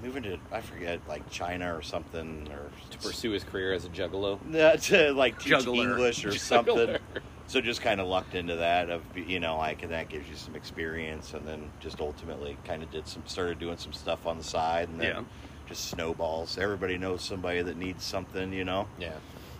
[SPEAKER 3] moving to I forget like China or something or
[SPEAKER 1] To pursue his career as a juggalo.
[SPEAKER 3] No, to like teach
[SPEAKER 2] Juggler.
[SPEAKER 3] English or
[SPEAKER 1] Juggler.
[SPEAKER 3] something. So just kind of lucked into that of you know like and that gives you some experience, and then just ultimately kind of did some started doing some stuff on the side, and then
[SPEAKER 2] Yeah.
[SPEAKER 3] just snowballs. Everybody knows somebody that needs something, you know.
[SPEAKER 1] Yeah.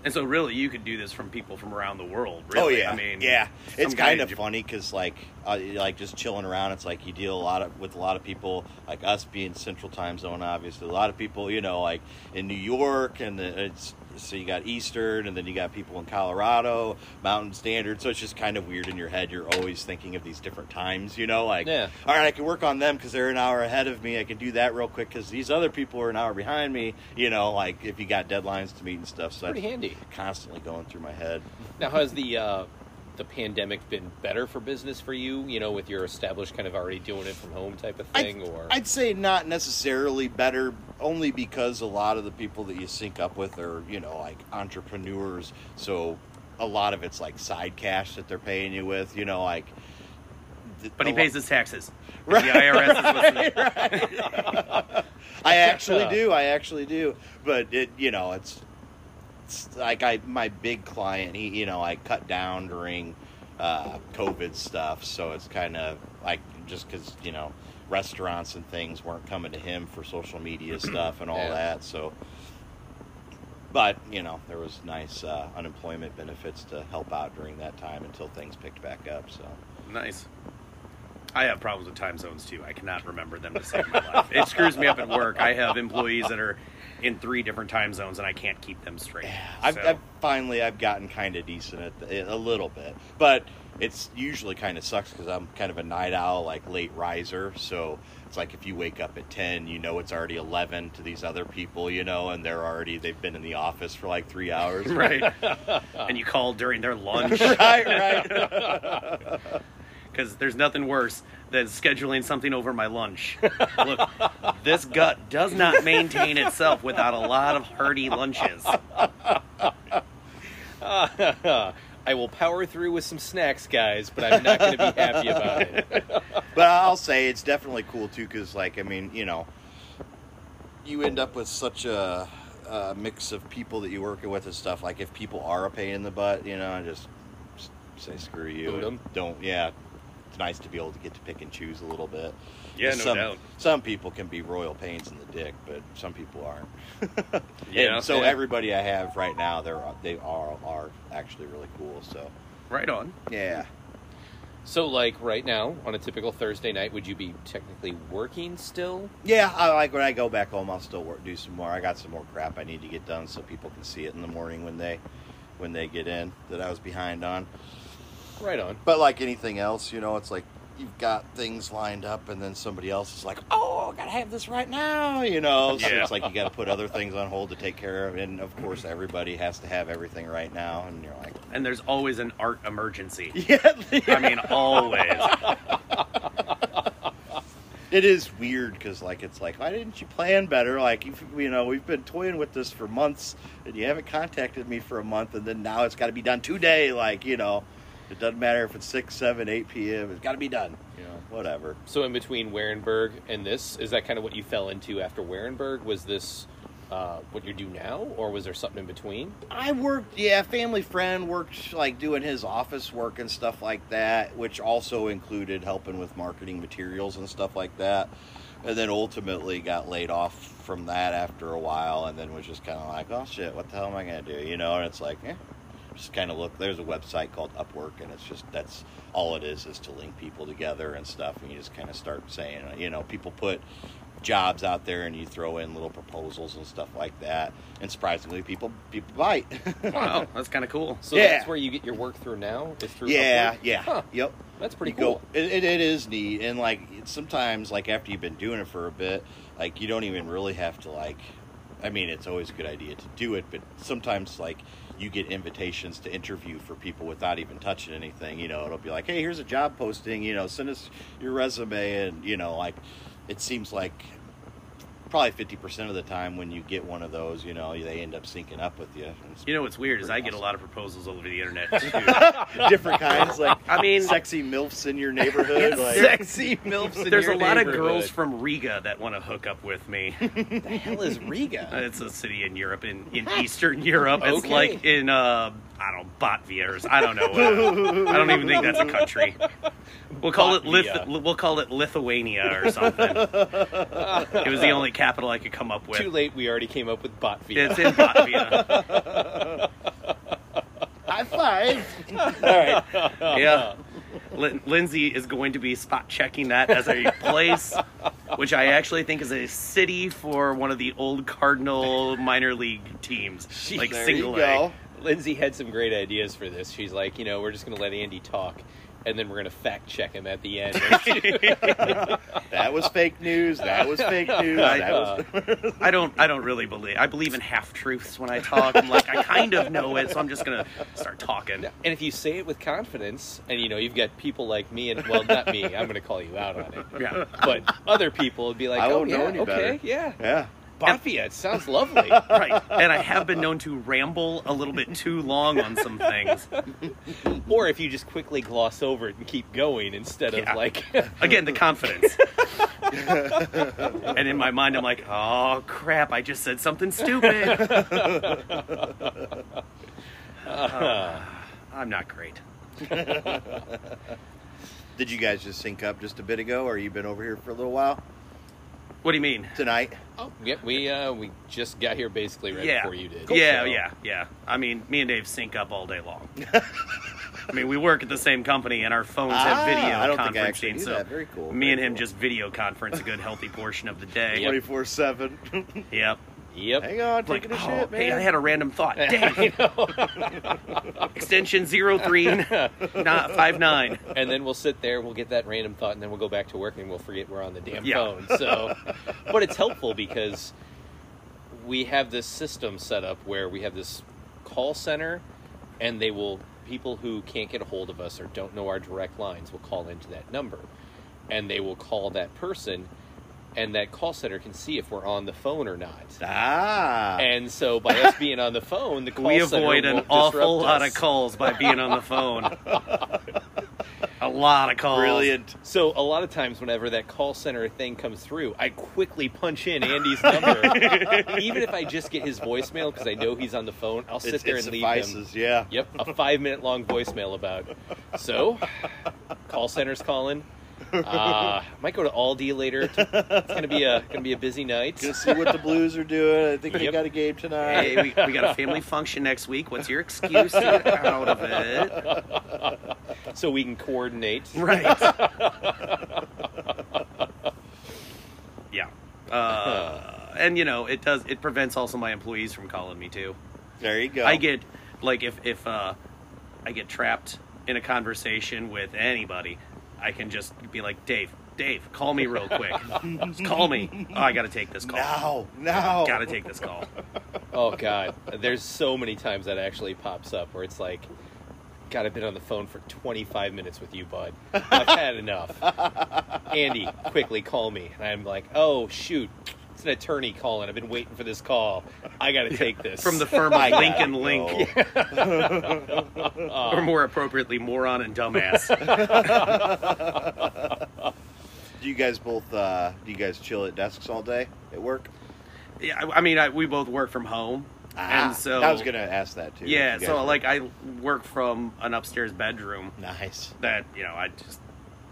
[SPEAKER 2] And so, really, you could do this from people from around the world. Really.
[SPEAKER 3] Oh yeah,
[SPEAKER 2] I mean,
[SPEAKER 3] yeah.
[SPEAKER 2] some
[SPEAKER 3] It's
[SPEAKER 2] guy
[SPEAKER 3] kind
[SPEAKER 2] in
[SPEAKER 3] of
[SPEAKER 2] Jap-
[SPEAKER 3] funny because like, uh, like just chilling around, it's like you deal a lot of, with a lot of people, like us being Central Time Zone, obviously. A lot of people, you know, like in New York, and the- it's so you got Eastern, and then you got people in Colorado, Mountain Standard. So it's just kind of weird in your head. You're always thinking of these different times, you know, like,
[SPEAKER 1] Yeah.
[SPEAKER 3] all right, I can work on them because they're an hour ahead of me. I can do that real quick because these other people are an hour behind me. You know, like if you got deadlines to meet and stuff. So
[SPEAKER 1] Pretty
[SPEAKER 3] that's
[SPEAKER 1] handy.
[SPEAKER 3] constantly going through my head.
[SPEAKER 1] Now, has the uh, the pandemic been better for business for you? You know, with your established kind of already doing it from home type of thing, or
[SPEAKER 3] I'd say not necessarily better, only because a lot of the people that you sync up with are, you know, like entrepreneurs. So a lot of it's like side cash that they're paying you with, you know, like. th-
[SPEAKER 2] But he
[SPEAKER 3] a
[SPEAKER 2] pays
[SPEAKER 3] lo-
[SPEAKER 2] his taxes.
[SPEAKER 3] Right.
[SPEAKER 2] The IRS is listening.
[SPEAKER 3] I actually do. I actually do. But it, you know, it's, it's like I my big client. He, you know, I cut down during uh, COVID stuff, so it's kind of like just because you know restaurants and things weren't coming to him for social media stuff and all
[SPEAKER 1] Yeah.
[SPEAKER 3] that. So, but you know, there was nice uh, unemployment benefits to help out during that time until things picked back up. So.
[SPEAKER 2] Nice. I have problems with time zones too. I cannot remember them to save my life. It screws me up at work. I have employees that are in three different time zones, and I can't keep them straight.
[SPEAKER 3] I've,
[SPEAKER 2] So-
[SPEAKER 3] I've finally I've gotten kind of decent at the, a little bit, but it's usually kind of sucks because I'm kind of a night owl, like late riser. So it's like if you wake up at ten, you know it's already eleven to these other people, you know, and they're already they've been in the office for like three hours.
[SPEAKER 2] right, and you call during their lunch
[SPEAKER 3] right, right.
[SPEAKER 2] because there's nothing worse than scheduling something over my lunch. Look, this gut does not maintain itself without a lot of hearty lunches.
[SPEAKER 1] I will power through with some snacks, guys, but I'm not going to be happy about it.
[SPEAKER 3] But I'll say it's definitely cool too, because like I mean, you know, you end up with such a, a mix of people that you're working with and stuff. Like if people are a pain in the butt, you know, I just s- say screw you.
[SPEAKER 1] Boot 'em.
[SPEAKER 3] and Don't yeah. It's nice to be able to get to pick and choose a little bit.
[SPEAKER 2] Yeah, no
[SPEAKER 3] some,
[SPEAKER 2] doubt.
[SPEAKER 3] Some people can be royal pains in the dick, but some people aren't.
[SPEAKER 2] Yeah.
[SPEAKER 3] And so
[SPEAKER 1] Yeah.
[SPEAKER 3] everybody I have right now, they're they are are actually really cool. So
[SPEAKER 2] Right on.
[SPEAKER 3] yeah.
[SPEAKER 1] So, like right now, on a typical Thursday night, would you be technically working still?
[SPEAKER 3] Yeah, I like when I go back home. I'll still work, do some more. I got some more crap I need to get done so people can see it in the morning when they when they get in that I was behind on.
[SPEAKER 1] Right on.
[SPEAKER 3] But like anything else, you know, it's like you've got things lined up and then somebody else is like, "Oh, I gotta have this right now," you know. So
[SPEAKER 2] Yeah.
[SPEAKER 3] it's like you got to put other things on hold to take care of, and of course everybody has to have everything right now, and you're like,
[SPEAKER 2] And there's always an art emergency.
[SPEAKER 3] "Yeah,
[SPEAKER 2] I mean, always.
[SPEAKER 3] it is weird because like it's like why didn't you plan better? Like you've, you know we've been toying with this for months and you haven't contacted me for a month and then now it's got to be done today. Like you know, it doesn't matter if it's six, seven, eight p.m. It's got to be done. You know, whatever.
[SPEAKER 1] So in between Warenberg and this, is that kind of what you fell into after Warenberg? Was this uh, what you do now, or was there something in between?
[SPEAKER 3] I worked, yeah, family friend worked like doing his office work and stuff like that, which also included helping with marketing materials and stuff like that. And then ultimately got laid off from that after a while, and then was just kind of like, oh shit, what the hell am I gonna do? You know, and it's like, eh. Just kind of look. There's a website called Upwork, and it's just that's all it is is to link people together and stuff. And you just kind of start saying, you know, people put jobs out there and you throw in little proposals and stuff like that and surprisingly people people bite
[SPEAKER 2] Wow, that's kind of cool.
[SPEAKER 1] So
[SPEAKER 3] Yeah.
[SPEAKER 1] that's where you get your work through now. Is through
[SPEAKER 3] yeah
[SPEAKER 1] Upwork?
[SPEAKER 3] yeah
[SPEAKER 1] Huh,
[SPEAKER 3] yep
[SPEAKER 1] that's pretty
[SPEAKER 3] You go-
[SPEAKER 1] cool.
[SPEAKER 3] it, it, it is neat and like it's sometimes like after you've been doing it for a bit like you don't even really have to like i mean it's always a good idea to do it but sometimes like you get invitations to interview for people without even touching anything you know it'll be like hey here's a job posting you know send us your resume and you know like it seems like probably 50% of the time when you get one of those, you know, they end up syncing up with you. It's
[SPEAKER 2] You know what's weird is I
[SPEAKER 3] Pretty
[SPEAKER 2] get a
[SPEAKER 3] awesome.
[SPEAKER 2] lot of proposals over the internet. too.
[SPEAKER 3] different kinds, like
[SPEAKER 2] I mean-
[SPEAKER 3] sexy milfs in your neighborhood. Like,
[SPEAKER 1] Sexy milfs. in
[SPEAKER 2] There's
[SPEAKER 1] your
[SPEAKER 2] a lot of
[SPEAKER 1] neighborhood.
[SPEAKER 2] girls from Riga that want to hook up with me.
[SPEAKER 1] What the hell is
[SPEAKER 2] Uh,
[SPEAKER 1] Riga?
[SPEAKER 2] It's a city in Europe, in, in Eastern Europe. It's
[SPEAKER 1] Okay.
[SPEAKER 2] like in, uh, I don't know, Botvia or s- I don't know. uh, I don't even think that's a country. We'll call it Lith-
[SPEAKER 1] Latvia.
[SPEAKER 2] we'll call it Lithuania or something. it was the only capital I could come up with.
[SPEAKER 1] Too late. We already came up with Botvia.
[SPEAKER 2] It's in Botvia.
[SPEAKER 3] high five.
[SPEAKER 2] yeah. Lin- Lindsay is going to be spot checking that as a place, which I actually think is a city for one of the old Cardinal minor league teams, like
[SPEAKER 3] there
[SPEAKER 2] single
[SPEAKER 3] you
[SPEAKER 2] A.
[SPEAKER 3] go.
[SPEAKER 1] Lindsay had some great ideas for this. She's like, you know, we're just gonna let Andy talk, and then we're gonna fact check him at the end.
[SPEAKER 3] That was fake news. That was fake news.
[SPEAKER 2] I-
[SPEAKER 3] That was,
[SPEAKER 2] Uh. I don't. I don't really believe. I believe in half truths when I talk. I'm like, I kind of know it, so I'm just gonna start talking.
[SPEAKER 1] And if you say it with confidence, and you know, you've got people like me, and well, not me, I'm going to call you out on it.
[SPEAKER 2] Yeah.
[SPEAKER 1] But other people would be like,
[SPEAKER 3] I
[SPEAKER 1] oh,
[SPEAKER 3] won't know
[SPEAKER 1] yeah,
[SPEAKER 3] any
[SPEAKER 1] okay,
[SPEAKER 3] better."
[SPEAKER 1] yeah.
[SPEAKER 3] yeah.
[SPEAKER 1] Botvia, it sounds lovely.
[SPEAKER 2] Right. And I have been known to ramble a little bit too long on some things.
[SPEAKER 1] or if you just quickly gloss over it and keep going instead of
[SPEAKER 2] Yeah.
[SPEAKER 1] like,
[SPEAKER 2] Again, the confidence. and in my mind, I'm like, oh crap! I just said something stupid. Uh-huh. I'm not great.
[SPEAKER 3] Did you guys just sync up just a bit ago, or you been over here for a little while
[SPEAKER 2] What do you mean?
[SPEAKER 3] tonight?
[SPEAKER 1] oh, yeah, we uh, we just got here basically right
[SPEAKER 2] yeah.
[SPEAKER 1] before you did.
[SPEAKER 2] Yeah,
[SPEAKER 1] so-
[SPEAKER 2] yeah, yeah. I mean, me and Dave sync up all day long. I mean, we work at the same company, and our phones
[SPEAKER 3] Ah,
[SPEAKER 2] have video
[SPEAKER 3] I don't
[SPEAKER 2] conferencing.
[SPEAKER 3] think I actually knew
[SPEAKER 2] so
[SPEAKER 3] that. Very cool,
[SPEAKER 2] Me
[SPEAKER 3] very
[SPEAKER 2] and him
[SPEAKER 3] cool.
[SPEAKER 2] just video conference a good healthy portion of the day.
[SPEAKER 1] Yep.
[SPEAKER 2] Yep.
[SPEAKER 3] 24 7.
[SPEAKER 1] Yep.
[SPEAKER 3] Hang on,
[SPEAKER 2] uh, Like,
[SPEAKER 3] taking
[SPEAKER 2] oh,
[SPEAKER 3] a shit,
[SPEAKER 2] hey,
[SPEAKER 3] man.
[SPEAKER 2] I had a random thought. Dave. Extension 03, not 59.
[SPEAKER 1] And then we'll sit there, we'll get that random thought, and then we'll go back to work and we'll forget we're on the damn
[SPEAKER 2] Yeah.
[SPEAKER 1] phone. So, but it's helpful because we have this system set up where we have this call center, and they will people who can't get a hold of us or don't know our direct lines will call into that number, and they will call that person, and that call center can see if we're on the phone or not.
[SPEAKER 3] ah.
[SPEAKER 1] And so, by us being on the phone, the call
[SPEAKER 2] we
[SPEAKER 1] center
[SPEAKER 2] avoid
[SPEAKER 1] will
[SPEAKER 2] an awful
[SPEAKER 1] disrupt
[SPEAKER 2] lot
[SPEAKER 1] us.
[SPEAKER 2] of calls by being on the phone. a lot of calls.
[SPEAKER 3] Brilliant.
[SPEAKER 1] So a lot of times, whenever that call center thing comes through, I quickly punch in Andy's number, even if I just get his voicemail because I know he's on the phone. I'll sit
[SPEAKER 3] It's,
[SPEAKER 1] there
[SPEAKER 3] it
[SPEAKER 1] and leave him.
[SPEAKER 3] suffices, yeah.
[SPEAKER 1] Yep, a five minute long voicemail about. So, call center's calling. Uh, might go to Aldi later. It's gonna be a gonna be a busy night.
[SPEAKER 3] Gonna see what the Blues are doing. I think they
[SPEAKER 1] Yep.
[SPEAKER 3] got a game tonight.
[SPEAKER 2] Hey, we, we got a family function next week. What's your excuse to get out of it?
[SPEAKER 1] So we can coordinate.
[SPEAKER 2] Right. yeah. Uh, and you know, it does. It prevents also my employees from calling me too.
[SPEAKER 3] There you go.
[SPEAKER 2] I get like if if uh, I get trapped in a conversation with anybody, I can just be like, Dave, Dave, call me real quick. Just call me. Oh, I got to take this call.
[SPEAKER 3] now, now.
[SPEAKER 2] Got to take this call.
[SPEAKER 1] Oh God, there's so many times that actually pops up where it's like, God, I've been on the phone for 25 minutes with you, bud. I've had enough. Andy, quickly call me. And I'm like, oh, shoot. It's an attorney calling. I've been waiting for this call. I got to take this.
[SPEAKER 2] From the firm of
[SPEAKER 3] gotta
[SPEAKER 2] Lincoln Link,
[SPEAKER 3] go.
[SPEAKER 2] or more appropriately, moron and dumbass.
[SPEAKER 3] Do you guys both? Uh, do you guys chill at desks all day at work?
[SPEAKER 2] yeah, I, I mean, I, we both work from home,
[SPEAKER 3] Ah,
[SPEAKER 2] and so
[SPEAKER 3] I was gonna ask that too.
[SPEAKER 2] Yeah,
[SPEAKER 3] If you
[SPEAKER 2] so
[SPEAKER 3] guys-
[SPEAKER 2] like I work from an upstairs bedroom
[SPEAKER 3] nice.
[SPEAKER 2] that you know I just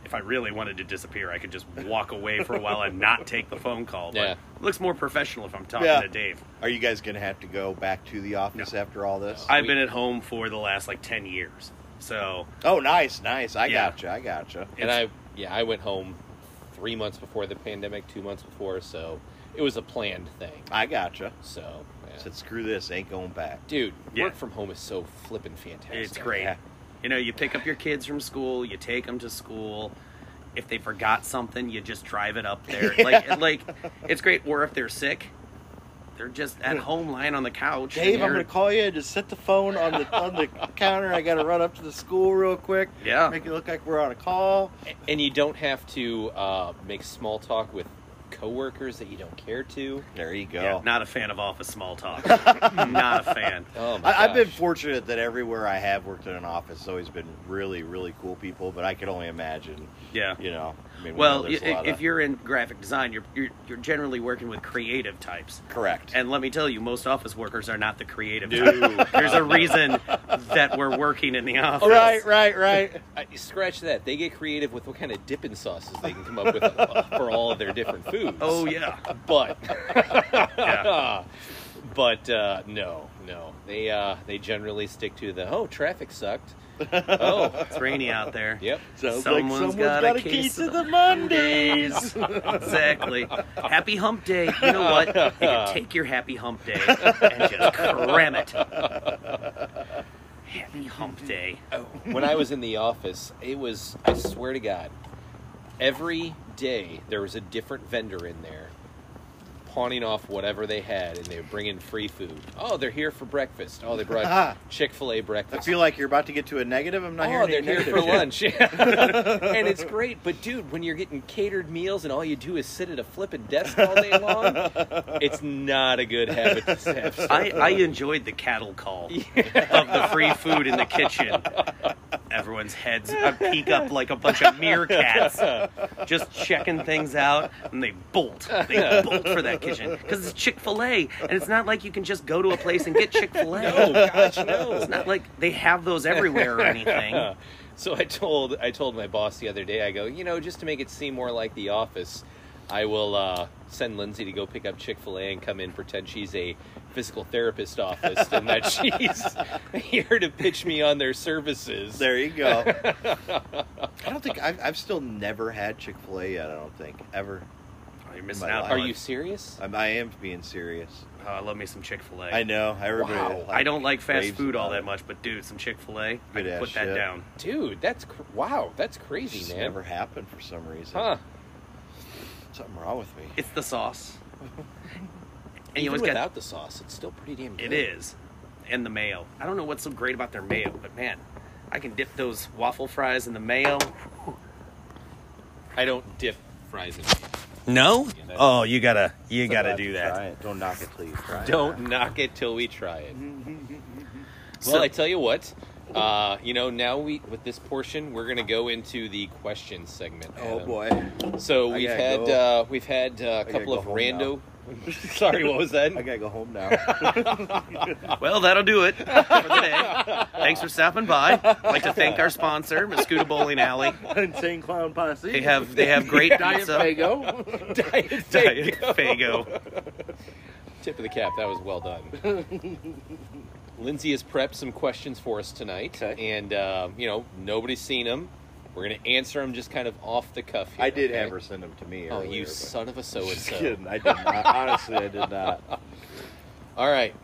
[SPEAKER 2] if I really wanted to disappear, I could just walk away for a while and not take the phone call. But
[SPEAKER 1] Yeah.
[SPEAKER 2] it looks more professional if I'm talking
[SPEAKER 3] Yeah.
[SPEAKER 2] to Dave.
[SPEAKER 3] Are you guys gonna have to go back to the office after all this?
[SPEAKER 2] I've been at home for the last like ten years, so
[SPEAKER 3] oh, nice, nice. I
[SPEAKER 2] Yeah.
[SPEAKER 3] gotcha. I gotcha.
[SPEAKER 1] and
[SPEAKER 2] it's-
[SPEAKER 1] I, yeah, I went home three months before the pandemic, two months before. So it was a planned thing.
[SPEAKER 3] I gotcha.
[SPEAKER 1] So, yeah.
[SPEAKER 3] Said screw this. Ain't going back.
[SPEAKER 1] dude,
[SPEAKER 2] Yeah.
[SPEAKER 1] work from home is so flippin' fantastic.
[SPEAKER 2] it's great.
[SPEAKER 3] Yeah.
[SPEAKER 2] You know, you pick up your kids from school, you take them to school. If they forgot something, you just drive it up there. Like, like it's great. Or if they're sick, they're just at home lying on the couch. and
[SPEAKER 3] Dave, I'm
[SPEAKER 2] you're-
[SPEAKER 3] gonna call you. Just set the phone on the on the counter. I gotta run up to the school real quick.
[SPEAKER 2] Yeah.
[SPEAKER 3] Make it look like we're on a call.
[SPEAKER 1] And you don't have to uh, make small talk with coworkers that you don't care to.
[SPEAKER 3] There you go.
[SPEAKER 2] Yeah, not a fan of office small talk. not a fan.
[SPEAKER 1] Oh my
[SPEAKER 3] I, I've been
[SPEAKER 1] gosh.
[SPEAKER 3] fortunate that everywhere I have worked in an office, it's always been really, really cool people. But I could only imagine,
[SPEAKER 2] Yeah.
[SPEAKER 3] you know. I mean, we
[SPEAKER 2] Well,
[SPEAKER 3] know
[SPEAKER 2] y-
[SPEAKER 3] there's a lot
[SPEAKER 2] if
[SPEAKER 3] of-
[SPEAKER 2] you're in graphic design, you're, you're you're generally working with creative types.
[SPEAKER 3] correct,
[SPEAKER 2] And let me tell you, most office workers are not the creative
[SPEAKER 3] No.
[SPEAKER 2] type. There's a reason that we're working in the office.
[SPEAKER 3] right, right, right.
[SPEAKER 1] I, scratch that. They get creative with what kind of dipping sauces they can come up with uh, for all of their different foods.
[SPEAKER 2] Oh yeah.
[SPEAKER 1] but
[SPEAKER 2] yeah.
[SPEAKER 1] but uh, no, no. They uh, they generally stick to the oh traffic sucked. Oh,
[SPEAKER 2] It's rainy out there.
[SPEAKER 1] yep.
[SPEAKER 3] Sounds
[SPEAKER 2] Someone's
[SPEAKER 3] like someone's
[SPEAKER 2] got
[SPEAKER 3] got,
[SPEAKER 2] a
[SPEAKER 3] a key
[SPEAKER 2] case
[SPEAKER 3] to
[SPEAKER 2] of
[SPEAKER 3] the Mondays.
[SPEAKER 2] exactly. Happy hump day. You know what? You can take your happy hump day and just cram it. Happy hump day.
[SPEAKER 1] when I was in the office, it was, I swear to God, every day there was a different vendor in there pawning off whatever they had and they were bringing free food. Oh, they're here for breakfast. Oh, they brought Chick fil A
[SPEAKER 3] I
[SPEAKER 1] breakfast.
[SPEAKER 3] feel like you're about to get to a negative. I'm not
[SPEAKER 1] Oh,
[SPEAKER 3] hearing
[SPEAKER 1] they're
[SPEAKER 3] any
[SPEAKER 1] here
[SPEAKER 3] negative
[SPEAKER 1] for
[SPEAKER 3] yet.
[SPEAKER 1] lunch. and it's great. But, dude, when you're getting catered meals and all you do is sit at a flipping desk all day long, it's not a good habit to have.
[SPEAKER 2] I, I enjoyed the cattle call of the free food in the kitchen. Everyone's heads uh, peek up like a bunch of meerkats, just checking things out, and they bolt. They bolt for that kitchen because it's Chick Fil A, and it's not like you can just go to a place and get Chick Fil A.
[SPEAKER 1] Oh, gosh,
[SPEAKER 2] It's
[SPEAKER 1] no.
[SPEAKER 2] not like they have those everywhere or anything. Oh,
[SPEAKER 1] So I told I told my boss the other day. I go, you know, just to make it seem more like The Office, I will uh, send Lindsay to go pick up Chick Fil A and come in pretend she's a physical therapist office and that she's here to pitch me on their services.
[SPEAKER 3] There you go. I don't think I've, I've still never had Chick Fil A yet. I don't think ever.
[SPEAKER 2] Oh, you're missing
[SPEAKER 3] My
[SPEAKER 2] out.
[SPEAKER 3] life.
[SPEAKER 1] Are you serious?
[SPEAKER 3] I'm, I am being serious.
[SPEAKER 2] Oh, I love me some Chick Fil A.
[SPEAKER 3] I know. Everybody.
[SPEAKER 1] Wow.
[SPEAKER 3] like,
[SPEAKER 2] I don't like fast
[SPEAKER 3] raves
[SPEAKER 2] food all
[SPEAKER 3] about
[SPEAKER 2] that
[SPEAKER 3] it.
[SPEAKER 2] much, but dude, some Chick Fil A, I
[SPEAKER 3] Good-ass
[SPEAKER 2] put that
[SPEAKER 3] shit.
[SPEAKER 2] down.
[SPEAKER 1] Dude, that's cr- wow, that's
[SPEAKER 3] It
[SPEAKER 1] crazy,
[SPEAKER 3] just
[SPEAKER 1] man.
[SPEAKER 3] never happened for some reason.
[SPEAKER 1] Huh?
[SPEAKER 3] Something wrong with me.
[SPEAKER 2] It's the sauce. And you
[SPEAKER 1] Even
[SPEAKER 2] always
[SPEAKER 1] without
[SPEAKER 2] got
[SPEAKER 1] the sauce, it's still pretty damn good.
[SPEAKER 2] it is, and the mayo. I don't know what's so great about their mayo, but man, I can dip those waffle fries in the mayo.
[SPEAKER 1] I don't dip fries in.
[SPEAKER 2] No?
[SPEAKER 1] that's-
[SPEAKER 2] Oh, you gotta, you gotta
[SPEAKER 3] Have
[SPEAKER 2] do
[SPEAKER 3] to
[SPEAKER 2] that.
[SPEAKER 3] Try it. Don't knock it till you try it.
[SPEAKER 1] Don't knock it till we try it.
[SPEAKER 2] So-
[SPEAKER 1] Well, I tell you what, uh, you know, now we with this portion, we're gonna go into the question segment.
[SPEAKER 3] Oh
[SPEAKER 1] Adam.
[SPEAKER 3] boy.
[SPEAKER 1] So
[SPEAKER 3] I
[SPEAKER 1] we've
[SPEAKER 3] gotta
[SPEAKER 1] had
[SPEAKER 3] go.
[SPEAKER 1] uh, we've had uh, a
[SPEAKER 3] gotta
[SPEAKER 1] couple
[SPEAKER 3] go
[SPEAKER 1] of
[SPEAKER 3] home
[SPEAKER 1] rando. Sorry, what was that?
[SPEAKER 3] I gotta go home now.
[SPEAKER 2] Well, that'll do it for the day. Thanks for stopping by. I'd like to thank our sponsor, Mascuda Bowling Alley.
[SPEAKER 3] Insane clown posse.
[SPEAKER 2] They have they have great pizza.
[SPEAKER 3] Fago.
[SPEAKER 1] Diet
[SPEAKER 2] Diet
[SPEAKER 1] Fago.
[SPEAKER 2] Fago.
[SPEAKER 1] Tip of the cap. That was well done. Lindsay has prepped some questions for us tonight,
[SPEAKER 3] Okay.
[SPEAKER 1] and uh, you know nobody's seen them. We're gonna answer them just kind of off the cuff. Here,
[SPEAKER 3] I did
[SPEAKER 1] okay?
[SPEAKER 3] have her send them to me.
[SPEAKER 1] Oh,
[SPEAKER 3] earlier,
[SPEAKER 1] you
[SPEAKER 3] but-
[SPEAKER 1] son of a so uh, and
[SPEAKER 3] Just
[SPEAKER 1] so.
[SPEAKER 3] kidding. I did not. Honestly, I did not.
[SPEAKER 1] All right.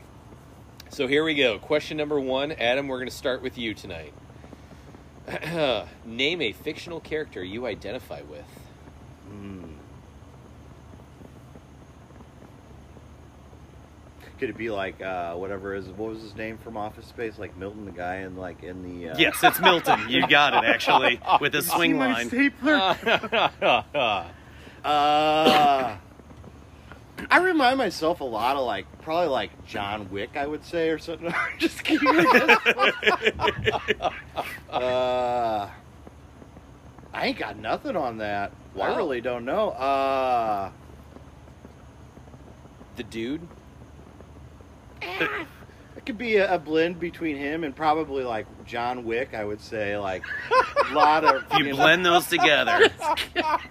[SPEAKER 1] So here we go. Question number one. Adam, we're going to start with you tonight. Name a fictional character you identify with.
[SPEAKER 3] Could it be like uh, whatever is what was his name from Office Space? Like Milton, the guy in like in the uh,
[SPEAKER 2] Yes, it's Milton. You got it actually with the swing line.
[SPEAKER 3] Uh, I remind myself a lot of like probably like John Wick, I would say, or something. I'm just kidding. uh, I ain't got nothing on that. I
[SPEAKER 1] Wow.
[SPEAKER 3] really don't know. Uh,
[SPEAKER 1] The dude.
[SPEAKER 3] it could be a, a blend between him and probably like John Wick. I would say like a lot of
[SPEAKER 2] You
[SPEAKER 3] know,
[SPEAKER 2] blend those together.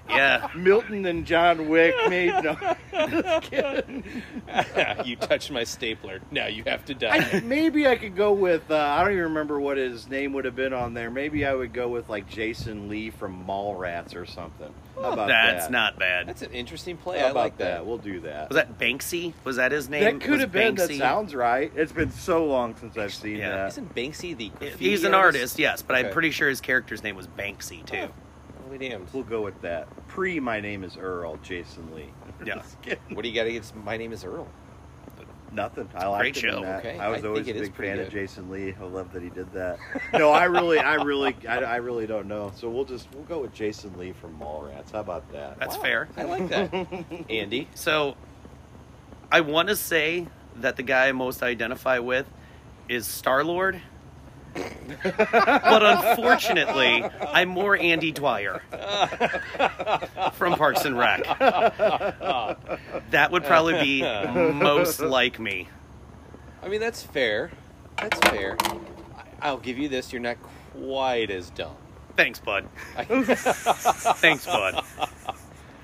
[SPEAKER 2] Yeah.
[SPEAKER 3] Milton and John Wick made no.
[SPEAKER 1] you touched my stapler. Now you have to
[SPEAKER 3] I,
[SPEAKER 1] die.
[SPEAKER 3] maybe I could go with uh, I don't even remember what his name would have been on there. Maybe I would go with like Jason Lee from Mallrats or something. How about
[SPEAKER 2] That's
[SPEAKER 3] that?
[SPEAKER 2] not bad.
[SPEAKER 1] That's an interesting play.
[SPEAKER 3] How
[SPEAKER 1] I
[SPEAKER 3] about
[SPEAKER 1] like
[SPEAKER 3] that?
[SPEAKER 1] that.
[SPEAKER 3] We'll do that.
[SPEAKER 2] Was that Banksy? Was that his name?
[SPEAKER 3] That could
[SPEAKER 2] Was
[SPEAKER 3] have been. That
[SPEAKER 2] Banksy?
[SPEAKER 3] sounds right. It's been so long since I've seen
[SPEAKER 2] Yeah.
[SPEAKER 3] that.
[SPEAKER 1] Isn't Banksy the graffiti
[SPEAKER 2] He's an artist, yes, but I'm
[SPEAKER 1] Okay.
[SPEAKER 2] pretty sure his character's name was Banksy too.
[SPEAKER 1] Oh, damned.
[SPEAKER 3] We'll go with that. Pre, my name is Earl. Jason Lee.
[SPEAKER 2] Yeah.
[SPEAKER 1] What do you got against My Name is Earl?
[SPEAKER 3] Nothing. I like
[SPEAKER 2] Great
[SPEAKER 3] him in
[SPEAKER 2] show.
[SPEAKER 3] that.
[SPEAKER 1] Okay.
[SPEAKER 3] I
[SPEAKER 1] I
[SPEAKER 3] was
[SPEAKER 1] think
[SPEAKER 3] always a
[SPEAKER 1] it is
[SPEAKER 3] big
[SPEAKER 1] pretty
[SPEAKER 3] fan of
[SPEAKER 1] good.
[SPEAKER 3] Jason Lee. I love that he did that. No, I really, I really, I, I really don't know. So we'll just we'll go with Jason Lee from Mallrats. How about that?
[SPEAKER 2] That's fair.
[SPEAKER 1] I like that. Andy.
[SPEAKER 2] So I want to say that the guy I most identify with is Star Lord. but unfortunately, I'm more Andy Dwyer from Parks and Rec. That would probably be most like me.
[SPEAKER 1] I mean, that's fair. That's fair. I- I'll give you this. You're not quite as dumb.
[SPEAKER 2] Thanks, bud.
[SPEAKER 1] I-
[SPEAKER 2] Thanks, bud.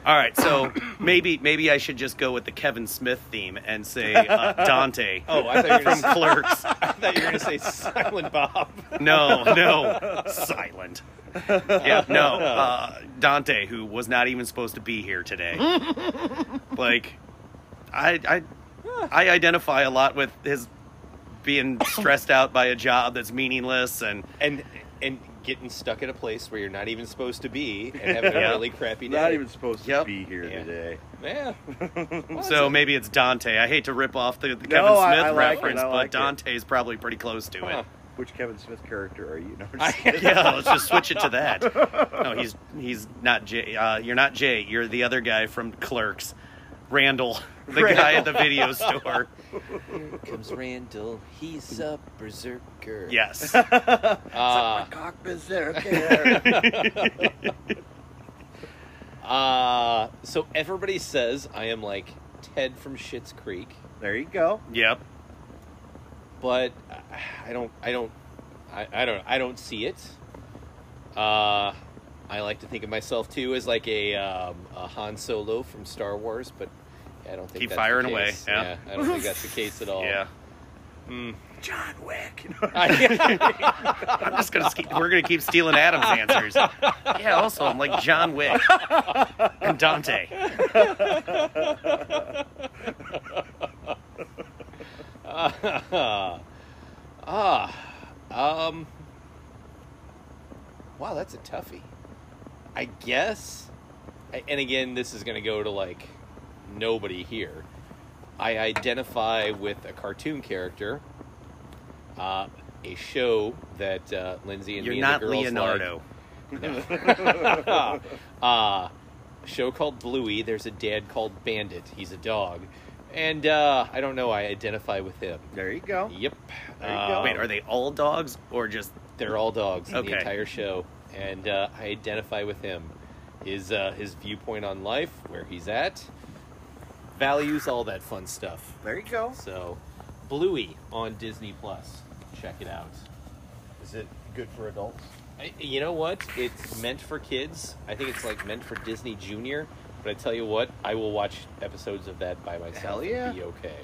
[SPEAKER 2] All right, so maybe maybe I should just go with the Kevin Smith theme and say uh, Dante
[SPEAKER 1] oh, I thought you were
[SPEAKER 2] from
[SPEAKER 1] gonna, s-
[SPEAKER 2] Clerks.
[SPEAKER 1] I thought you were going to say Silent Bob.
[SPEAKER 2] No, no, silent. Yeah, no, uh, Dante, who was not even supposed to be here today. Like, I, I, I identify a lot with his being stressed out by a job that's meaningless and
[SPEAKER 1] And and getting stuck at a place where you're not even supposed to be and having
[SPEAKER 2] Yeah.
[SPEAKER 1] a really crappy day.
[SPEAKER 3] Not even supposed
[SPEAKER 2] Yep.
[SPEAKER 3] to be here
[SPEAKER 1] Yeah.
[SPEAKER 3] today.
[SPEAKER 1] Yeah. Well,
[SPEAKER 2] So
[SPEAKER 1] that's-
[SPEAKER 2] maybe it's Dante. I hate to rip off the, the Kevin
[SPEAKER 3] No, I-
[SPEAKER 2] Smith
[SPEAKER 3] I like it,
[SPEAKER 2] reference,
[SPEAKER 3] I
[SPEAKER 2] but
[SPEAKER 3] like it.
[SPEAKER 2] Dante's probably pretty close to
[SPEAKER 1] Huh.
[SPEAKER 2] it.
[SPEAKER 3] Which Kevin Smith character are you? No, I'm just-
[SPEAKER 1] I-
[SPEAKER 2] Yeah, let's just switch it to that. No, he's he's not Jay. Uh, you're not Jay. You're the other guy from Clerks, Randall, the guy at the video store.
[SPEAKER 1] Here comes Randall. He's a berserker.
[SPEAKER 2] Yes.
[SPEAKER 1] Uh,
[SPEAKER 3] Cock berserker.
[SPEAKER 1] uh, so everybody says I am like Ted from Schitt's Creek.
[SPEAKER 3] there you go.
[SPEAKER 2] Yep.
[SPEAKER 1] but I don't, I don't, I, I don't, I don't see it. Uh, I like to think of myself too as like a, um, a Han Solo from Star Wars, but I don't think
[SPEAKER 2] Keep
[SPEAKER 1] that's the
[SPEAKER 2] firing away,
[SPEAKER 1] case.
[SPEAKER 2] yeah.
[SPEAKER 1] I don't think that's the case at all.
[SPEAKER 2] Yeah.
[SPEAKER 3] John Wick.
[SPEAKER 2] I'm just gonna. Keep, we're gonna keep stealing Adam's answers. Yeah. Also, I'm like John Wick and Dante.
[SPEAKER 1] ah, um, wow, that's a toughie. I guess, I- and again, this is gonna go to like nobody here. I identify with a cartoon character, uh, a show that uh, Lindsay and
[SPEAKER 2] You're
[SPEAKER 1] me
[SPEAKER 2] not
[SPEAKER 1] and the girls
[SPEAKER 2] Leonardo.
[SPEAKER 1] like. uh, a show called Bluey. There's a dad called Bandit. He's a dog, and uh, I don't know. I identify with him.
[SPEAKER 3] there you go.
[SPEAKER 1] Yep.
[SPEAKER 3] There you go.
[SPEAKER 1] Um,
[SPEAKER 2] Wait, are they all dogs or just?
[SPEAKER 1] they're all dogs in
[SPEAKER 2] Okay.
[SPEAKER 1] the entire show, and uh, I identify with him. His uh, his viewpoint on life, where he's at, values, all that fun stuff.
[SPEAKER 3] There you go.
[SPEAKER 1] So, Bluey on Disney Plus. Check it out.
[SPEAKER 3] Is it good for adults?
[SPEAKER 1] I, you know what? It's meant for kids. I think it's like meant for Disney Junior. But I tell you what, I will watch episodes of that by myself
[SPEAKER 3] Hell
[SPEAKER 1] and
[SPEAKER 3] yeah.
[SPEAKER 1] be okay.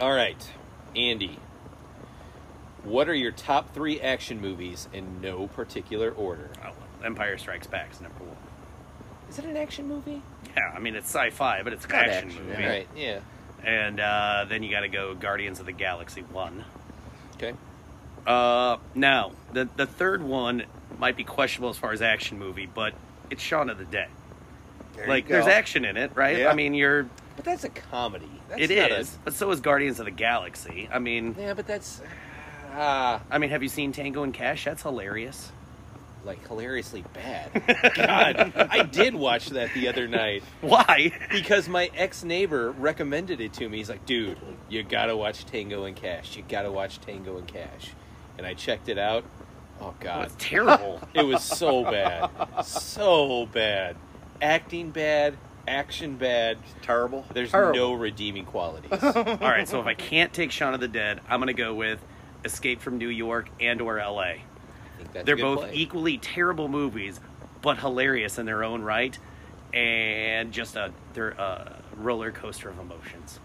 [SPEAKER 1] All right, Andy. What are your top three action movies in no particular order?
[SPEAKER 2] Oh, Empire Strikes Back is number one.
[SPEAKER 1] Is it an action movie?
[SPEAKER 2] Yeah, I mean it's sci-fi, but it's an
[SPEAKER 3] Got
[SPEAKER 2] action,
[SPEAKER 3] action,
[SPEAKER 2] movie.
[SPEAKER 1] All right. Yeah.
[SPEAKER 2] And uh, then you got to go Guardians of the Galaxy one.
[SPEAKER 1] Okay.
[SPEAKER 2] Uh, now the the third one might be questionable as far as action movie, but it's Shaun of the Dead.
[SPEAKER 3] There
[SPEAKER 2] like
[SPEAKER 3] you go.
[SPEAKER 2] there's action in it, right?
[SPEAKER 3] Yeah.
[SPEAKER 2] I mean you're
[SPEAKER 1] But that's a comedy. That's
[SPEAKER 2] It
[SPEAKER 1] not a-
[SPEAKER 2] is, but so is Guardians of the Galaxy. I mean,
[SPEAKER 1] yeah, but that's ah,
[SPEAKER 2] I mean, have you seen Tango and Cash? That's hilarious.
[SPEAKER 1] like hilariously bad. God, I did watch that the other night
[SPEAKER 2] Why?
[SPEAKER 1] because my ex neighbor recommended it to me. He's like, "Dude, you gotta watch Tango and Cash. You gotta watch Tango and Cash." And I checked it out. Oh
[SPEAKER 2] Oh,
[SPEAKER 1] God,
[SPEAKER 2] it's terrible.
[SPEAKER 1] It was so bad. So bad. Acting bad, action bad.
[SPEAKER 3] Terrible.
[SPEAKER 1] There's
[SPEAKER 2] Terrible.
[SPEAKER 1] no redeeming qualities.
[SPEAKER 2] All right, so if I can't take Shaun of the Dead, I'm gonna go with Escape from New York and or L.A.
[SPEAKER 1] I think that's a
[SPEAKER 2] They're
[SPEAKER 1] good
[SPEAKER 2] both e-
[SPEAKER 1] play.
[SPEAKER 2] equally terrible movies, but hilarious in their own right, and just a they're a roller coaster of emotions.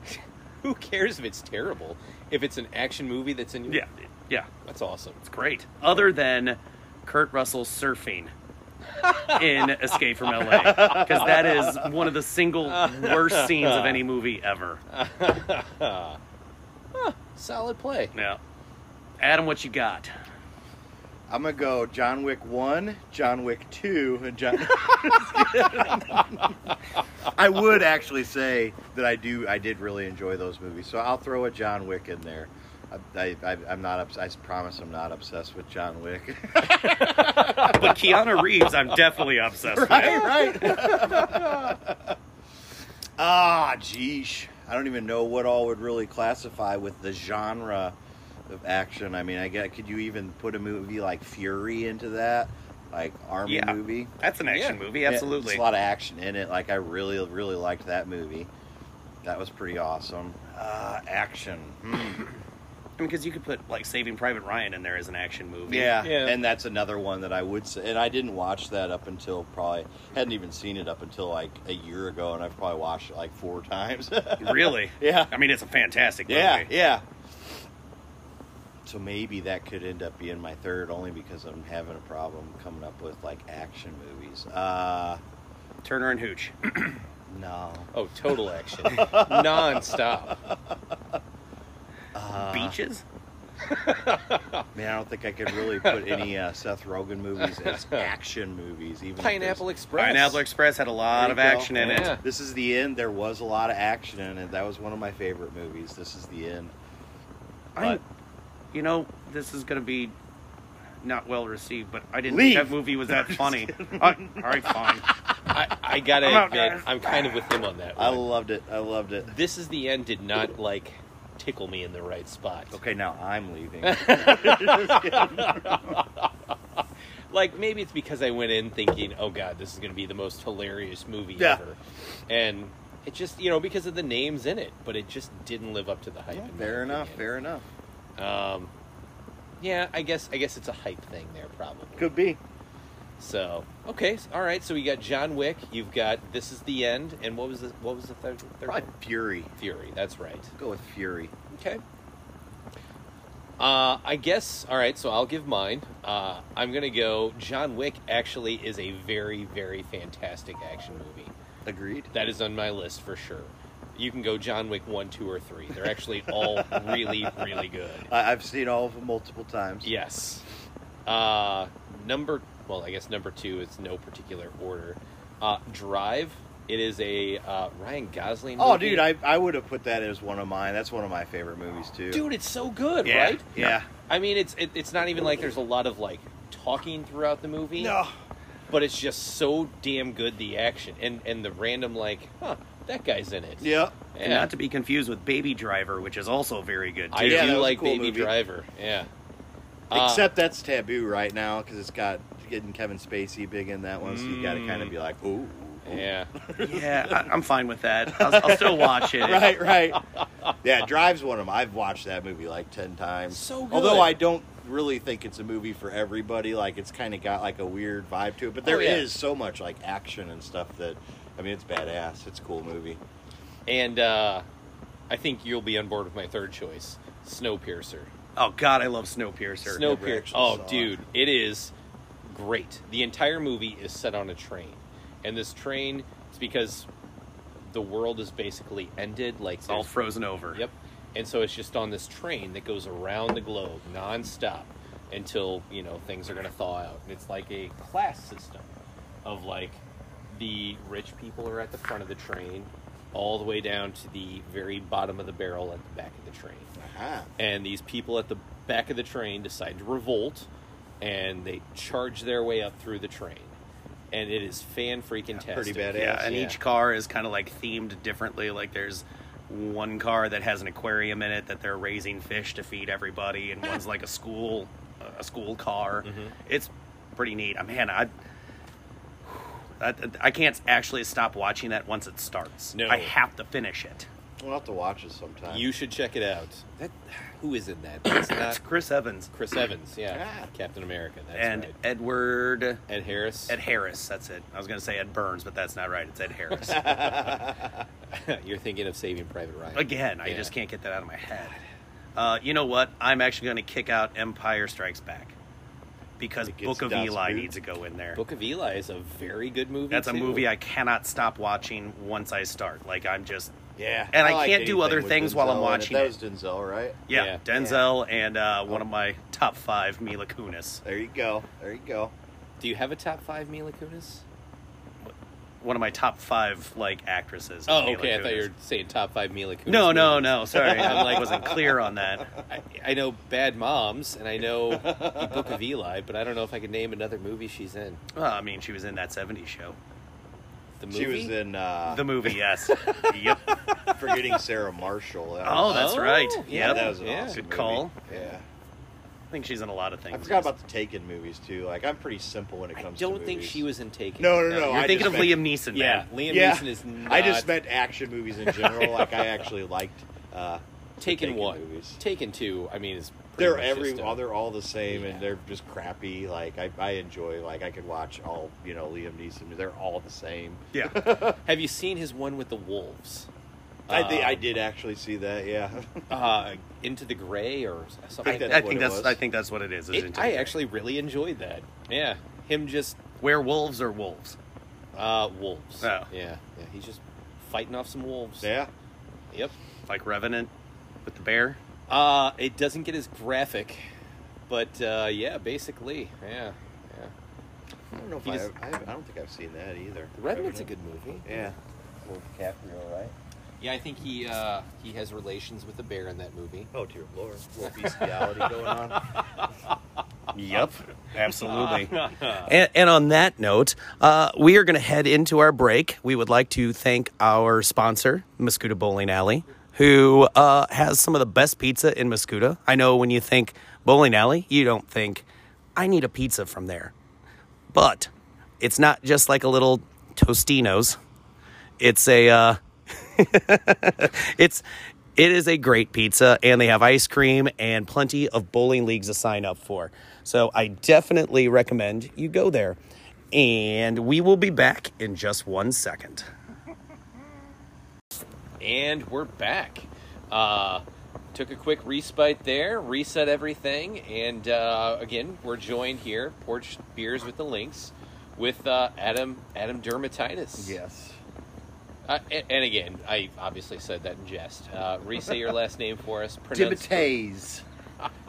[SPEAKER 1] Who cares if it's terrible? If it's an action movie that's in
[SPEAKER 2] Yeah, yeah,
[SPEAKER 1] That's awesome.
[SPEAKER 2] it's great. Other than Kurt Russell surfing in Escape from L.A. because that is one of the single worst scenes of any movie ever.
[SPEAKER 1] Solid play.
[SPEAKER 2] Yeah, Adam, what you got?
[SPEAKER 3] I'm gonna go John Wick one, John Wick two, and John. I would actually say that I do. I did really enjoy those movies, so I'll throw a John Wick in there. I, I, I'm not. Ups- I promise, I'm not obsessed with John Wick.
[SPEAKER 2] But Keanu Reeves, I'm definitely obsessed with.
[SPEAKER 3] right, right. ah, geesh. I don't even know what all would really classify with the genre of action. I mean, I guess could you even put a movie like Fury into that, like army
[SPEAKER 2] Yeah.
[SPEAKER 3] movie?
[SPEAKER 2] That's an action
[SPEAKER 1] Yeah.
[SPEAKER 2] movie,
[SPEAKER 3] Yeah,
[SPEAKER 2] absolutely.
[SPEAKER 3] there's a lot of action in it. Like I really, really liked that movie. That was pretty awesome. Uh, action. Hmm.
[SPEAKER 2] I mean, because you could put like Saving Private Ryan in there as an action movie.
[SPEAKER 3] Yeah.
[SPEAKER 1] Yeah.
[SPEAKER 3] and that's another one that I would say. And I didn't watch that up until probably hadn't even seen it up until like a year ago, and I've probably watched it like four times.
[SPEAKER 2] really.
[SPEAKER 3] yeah,
[SPEAKER 2] I mean, it's a fantastic movie.
[SPEAKER 3] yeah, yeah. So maybe that could end up being my third, only because I'm having a problem coming up with like action movies. Uh,
[SPEAKER 2] Turner and Hooch.
[SPEAKER 3] no.
[SPEAKER 1] Oh, total action. Non-stop.
[SPEAKER 3] Uh,
[SPEAKER 2] Beaches.
[SPEAKER 3] Man, I don't think I could really put any uh, Seth Rogen movies as action movies. Even if there's-
[SPEAKER 1] Pineapple Express.
[SPEAKER 2] Pineapple Express had a lot
[SPEAKER 3] There
[SPEAKER 2] of
[SPEAKER 3] you go.
[SPEAKER 2] action in
[SPEAKER 1] Yeah.
[SPEAKER 2] it.
[SPEAKER 3] This is the end. There was a lot of action in it. That was one of my favorite movies. This is the end.
[SPEAKER 2] I,
[SPEAKER 3] But-
[SPEAKER 2] you know, this is gonna be not well received, but I didn't
[SPEAKER 3] Leave.
[SPEAKER 2] think that movie was that funny. Uh, all right, fine.
[SPEAKER 1] I, I gotta
[SPEAKER 2] I'm out,
[SPEAKER 1] admit,
[SPEAKER 2] guys.
[SPEAKER 1] I'm kind of with him on that
[SPEAKER 3] I
[SPEAKER 1] one.
[SPEAKER 3] loved it. I loved it.
[SPEAKER 1] This is the end did not like tickle me in the right spot.
[SPEAKER 3] Okay, now I'm leaving.
[SPEAKER 1] like maybe it's because I went in thinking, "Oh God, this is going to be the most hilarious movie
[SPEAKER 3] Yeah.
[SPEAKER 1] ever," and it just you know because of the names in it, but it just didn't live up to the hype.
[SPEAKER 3] Yeah,
[SPEAKER 1] in my
[SPEAKER 3] fair enough.
[SPEAKER 1] opinion.
[SPEAKER 3] Fair enough.
[SPEAKER 1] Um, yeah, I guess I guess it's a hype thing there probably.
[SPEAKER 3] Could be.
[SPEAKER 1] So okay, s- all right. So we got John Wick. You've got This Is the End, and what was the what was the third? third
[SPEAKER 3] Probably
[SPEAKER 1] one?
[SPEAKER 3] Fury.
[SPEAKER 1] Fury. That's right.
[SPEAKER 3] Go with Fury.
[SPEAKER 1] Okay. Uh, I guess. All right, so I'll give mine. Uh, I'm gonna go. John Wick actually is a very, very fantastic action movie.
[SPEAKER 3] Agreed.
[SPEAKER 1] That is on my list for sure. You can go John Wick one, two, or three. They're actually all really, really good.
[SPEAKER 3] I- I've seen all of them multiple times.
[SPEAKER 1] Yes. Uh, number well, I guess number two is no particular order. Uh, Drive. It is a uh, Ryan Gosling.
[SPEAKER 3] Oh,
[SPEAKER 1] movie.
[SPEAKER 3] dude, I, I would have put that as one of mine. That's one of my favorite movies too.
[SPEAKER 1] dude, it's so good,
[SPEAKER 2] Yeah.
[SPEAKER 1] right?
[SPEAKER 3] Yeah.
[SPEAKER 1] I mean, it's it, it's not even like there's a lot of like talking throughout the movie. But it's just so damn good the action and and the random like, huh, that guy's in it.
[SPEAKER 3] Yeah.
[SPEAKER 2] And not to be confused with Baby Driver, which is also very good. Too.
[SPEAKER 1] I
[SPEAKER 3] Yeah, that was
[SPEAKER 1] do
[SPEAKER 3] a
[SPEAKER 1] like
[SPEAKER 3] cool
[SPEAKER 1] Baby
[SPEAKER 3] movie.
[SPEAKER 1] Driver. Yeah.
[SPEAKER 2] Ah.
[SPEAKER 1] Uh,
[SPEAKER 3] Except that's taboo right now because it's got getting Kevin Spacey big in that one, so you got to kind of be like, ooh.
[SPEAKER 1] yeah.
[SPEAKER 2] yeah, I, I'm fine with that. I'll, I'll still watch it.
[SPEAKER 3] right, right. Yeah, Drive's one of them. I've watched that movie like 10 times.
[SPEAKER 1] So good.
[SPEAKER 3] Although I don't really think it's a movie for everybody. Like, it's kind of got like a weird vibe to it. But there
[SPEAKER 1] Oh,
[SPEAKER 3] is
[SPEAKER 1] yeah.
[SPEAKER 3] so much like action and stuff that, I mean, it's badass. It's a cool movie.
[SPEAKER 1] And uh, I think you'll be on board with my third choice, Snowpiercer.
[SPEAKER 2] Oh God, I love Snowpiercer.
[SPEAKER 3] Snow- never
[SPEAKER 1] Snowpiercer.
[SPEAKER 3] actually
[SPEAKER 1] Oh,
[SPEAKER 3] saw it.
[SPEAKER 1] dude, it is great. The entire movie is set on a train, and this train it's because the world is basically ended. Like
[SPEAKER 2] it's all
[SPEAKER 1] there's-
[SPEAKER 2] frozen over.
[SPEAKER 1] Yep. And so it's just on this train that goes around the globe nonstop until, you know, things are going to thaw out. And it's like a class system of like the rich people are at the front of the train, all the way down to the very bottom of the barrel at the back of the train.
[SPEAKER 3] Uh-huh.
[SPEAKER 1] And these people at the back of the train decide to revolt and they charge their way up through the train. And it is fan freaking tastic.
[SPEAKER 3] pretty badass.
[SPEAKER 2] Yeah, and
[SPEAKER 1] yeah.
[SPEAKER 2] each car is kind of like themed differently. Like there's one car that has an aquarium in it that they're raising fish to feed everybody, and one's like a school, a school car.
[SPEAKER 1] Mm-hmm.
[SPEAKER 2] It's pretty neat. Uh, Man, I. I, I can't actually stop watching that once it starts.
[SPEAKER 1] No.
[SPEAKER 2] I have to finish it.
[SPEAKER 3] We'll have to watch it sometime.
[SPEAKER 1] You should check it out. That who is in that? It's
[SPEAKER 2] It's
[SPEAKER 1] not
[SPEAKER 2] Chris Evans
[SPEAKER 1] Chris Evans, yeah.
[SPEAKER 3] Yeah.
[SPEAKER 1] Captain America. That's
[SPEAKER 2] and
[SPEAKER 1] right.
[SPEAKER 2] Edward
[SPEAKER 1] Ed Harris.
[SPEAKER 2] Ed Harris. That's it. I was gonna say Ed Burns, but that's not right. It's Ed Harris
[SPEAKER 1] You're thinking of Saving Private Ryan
[SPEAKER 2] again. I
[SPEAKER 1] Yeah.
[SPEAKER 2] just can't get that out of my head. Uh, you know what? I'm actually gonna kick out Empire Strikes Back because
[SPEAKER 3] It gets
[SPEAKER 2] Book of
[SPEAKER 3] down
[SPEAKER 2] Eli
[SPEAKER 3] smooth.
[SPEAKER 2] needs to go in there.
[SPEAKER 1] Book of Eli is a very good movie.
[SPEAKER 2] that's a
[SPEAKER 1] too.
[SPEAKER 2] movie I cannot stop watching once I start. Like I'm just
[SPEAKER 3] yeah.
[SPEAKER 2] and I
[SPEAKER 3] like
[SPEAKER 2] can't do
[SPEAKER 3] anything
[SPEAKER 2] other
[SPEAKER 3] with
[SPEAKER 2] things while I'm
[SPEAKER 3] Denzel in it.
[SPEAKER 2] watching
[SPEAKER 3] That
[SPEAKER 2] it.
[SPEAKER 3] was Denzel, right?
[SPEAKER 2] yeah,
[SPEAKER 1] Yeah.
[SPEAKER 2] Denzel and uh, one of my top five Mila Kunis.
[SPEAKER 3] There you go. There you go.
[SPEAKER 1] Do you have a top five Mila Kunis?
[SPEAKER 2] One of my top five like actresses. is
[SPEAKER 1] Oh,
[SPEAKER 2] Mila
[SPEAKER 1] okay. I thought you
[SPEAKER 2] Kunis.
[SPEAKER 1] were saying top five Mila Kunis.
[SPEAKER 2] No, no,
[SPEAKER 1] movies.
[SPEAKER 2] no. Sorry, I like wasn't clear on that.
[SPEAKER 1] I, I know Bad Moms and I know The Book of Eli, but I don't know if I could name another movie she's in.
[SPEAKER 2] Well, I mean, she was in that '70s show,
[SPEAKER 1] The movie.
[SPEAKER 3] She was in uh,
[SPEAKER 2] the movie. Yes. yep.
[SPEAKER 3] forgetting Sarah Marshall. That
[SPEAKER 2] Oh,
[SPEAKER 3] was-
[SPEAKER 2] that's right.
[SPEAKER 1] yeah,
[SPEAKER 2] Yep.
[SPEAKER 3] that was an
[SPEAKER 1] yeah.
[SPEAKER 3] awesome
[SPEAKER 2] Good
[SPEAKER 3] movie.
[SPEAKER 2] call.
[SPEAKER 3] Yeah,
[SPEAKER 2] I think she's in a lot of things.
[SPEAKER 3] I forgot about the Taken movies too. Like I'm pretty simple when it
[SPEAKER 1] I
[SPEAKER 3] comes. to
[SPEAKER 1] don't think
[SPEAKER 3] movies.
[SPEAKER 1] she was in Taken.
[SPEAKER 3] No, no, no.
[SPEAKER 2] You're
[SPEAKER 3] I
[SPEAKER 2] thinking of
[SPEAKER 3] just meant-
[SPEAKER 2] Liam Neeson.
[SPEAKER 1] Yeah,
[SPEAKER 2] man.
[SPEAKER 1] Liam
[SPEAKER 3] Yeah.
[SPEAKER 1] Neeson is not.
[SPEAKER 3] I just meant action movies in general. like I actually liked uh, the
[SPEAKER 1] Taken, one,
[SPEAKER 3] movies.
[SPEAKER 1] Taken two. I mean, is pretty
[SPEAKER 3] They're
[SPEAKER 1] much
[SPEAKER 3] every
[SPEAKER 1] just a-
[SPEAKER 3] all they're all the same
[SPEAKER 1] Yeah.
[SPEAKER 3] and they're just crappy. Like I, I enjoy like I could watch all you know Liam Neeson. They're all the same.
[SPEAKER 2] Yeah.
[SPEAKER 1] Have you seen his one with the wolves?
[SPEAKER 3] I think I
[SPEAKER 1] Um,
[SPEAKER 3] did actually see that. Yeah,
[SPEAKER 1] uh, Into the Gray or something.
[SPEAKER 3] I
[SPEAKER 1] like
[SPEAKER 3] think
[SPEAKER 2] I
[SPEAKER 1] that.
[SPEAKER 3] what
[SPEAKER 2] think
[SPEAKER 3] it
[SPEAKER 2] that's.
[SPEAKER 3] was.
[SPEAKER 2] I think that's what it is. is
[SPEAKER 1] It-
[SPEAKER 2] into
[SPEAKER 1] I
[SPEAKER 2] the-
[SPEAKER 1] actually really enjoyed that. Yeah, him just
[SPEAKER 2] werewolves or wolves.
[SPEAKER 1] uh, wolves.
[SPEAKER 2] Oh.
[SPEAKER 1] Yeah, yeah. He's just fighting off some wolves.
[SPEAKER 3] yeah.
[SPEAKER 1] Yep.
[SPEAKER 2] Like Revenant with the bear.
[SPEAKER 1] Uh, it doesn't get as graphic, but uh, yeah, basically, yeah, yeah.
[SPEAKER 3] I don't know if
[SPEAKER 1] He
[SPEAKER 3] I,
[SPEAKER 1] just-
[SPEAKER 3] I, haven't- I don't think I've seen that either.
[SPEAKER 1] The Revenant's a good movie.
[SPEAKER 3] Yeah.
[SPEAKER 4] Little DiCaprio, right?
[SPEAKER 1] Yeah, I think he uh, he has relations with the bear in that movie.
[SPEAKER 3] Oh dear lord, a little bestiality going on.
[SPEAKER 2] Yep, absolutely. and, and on that note, uh, we are going to head into our break. We would like to thank our sponsor, Mascuda Bowling Alley, who uh, has some of the best pizza in Mascuda. I know when you think bowling alley, you don't think, I need a pizza from there. But it's not just like a little Tostino's. It's a uh, it's it is a great pizza and they have ice cream and plenty of bowling leagues to sign up for so i definitely recommend you go there and we will be back in just one second
[SPEAKER 1] And we're back. Uh, took a quick respite there, reset everything, and uh, again we're joined here, porch beers with the links, with uh, Adam Adam Dermatitis.
[SPEAKER 4] Yes.
[SPEAKER 1] Uh, a- and, again, I obviously said that in jest. Uh, re-say your last name for us. Pronounce-
[SPEAKER 4] Dimitades.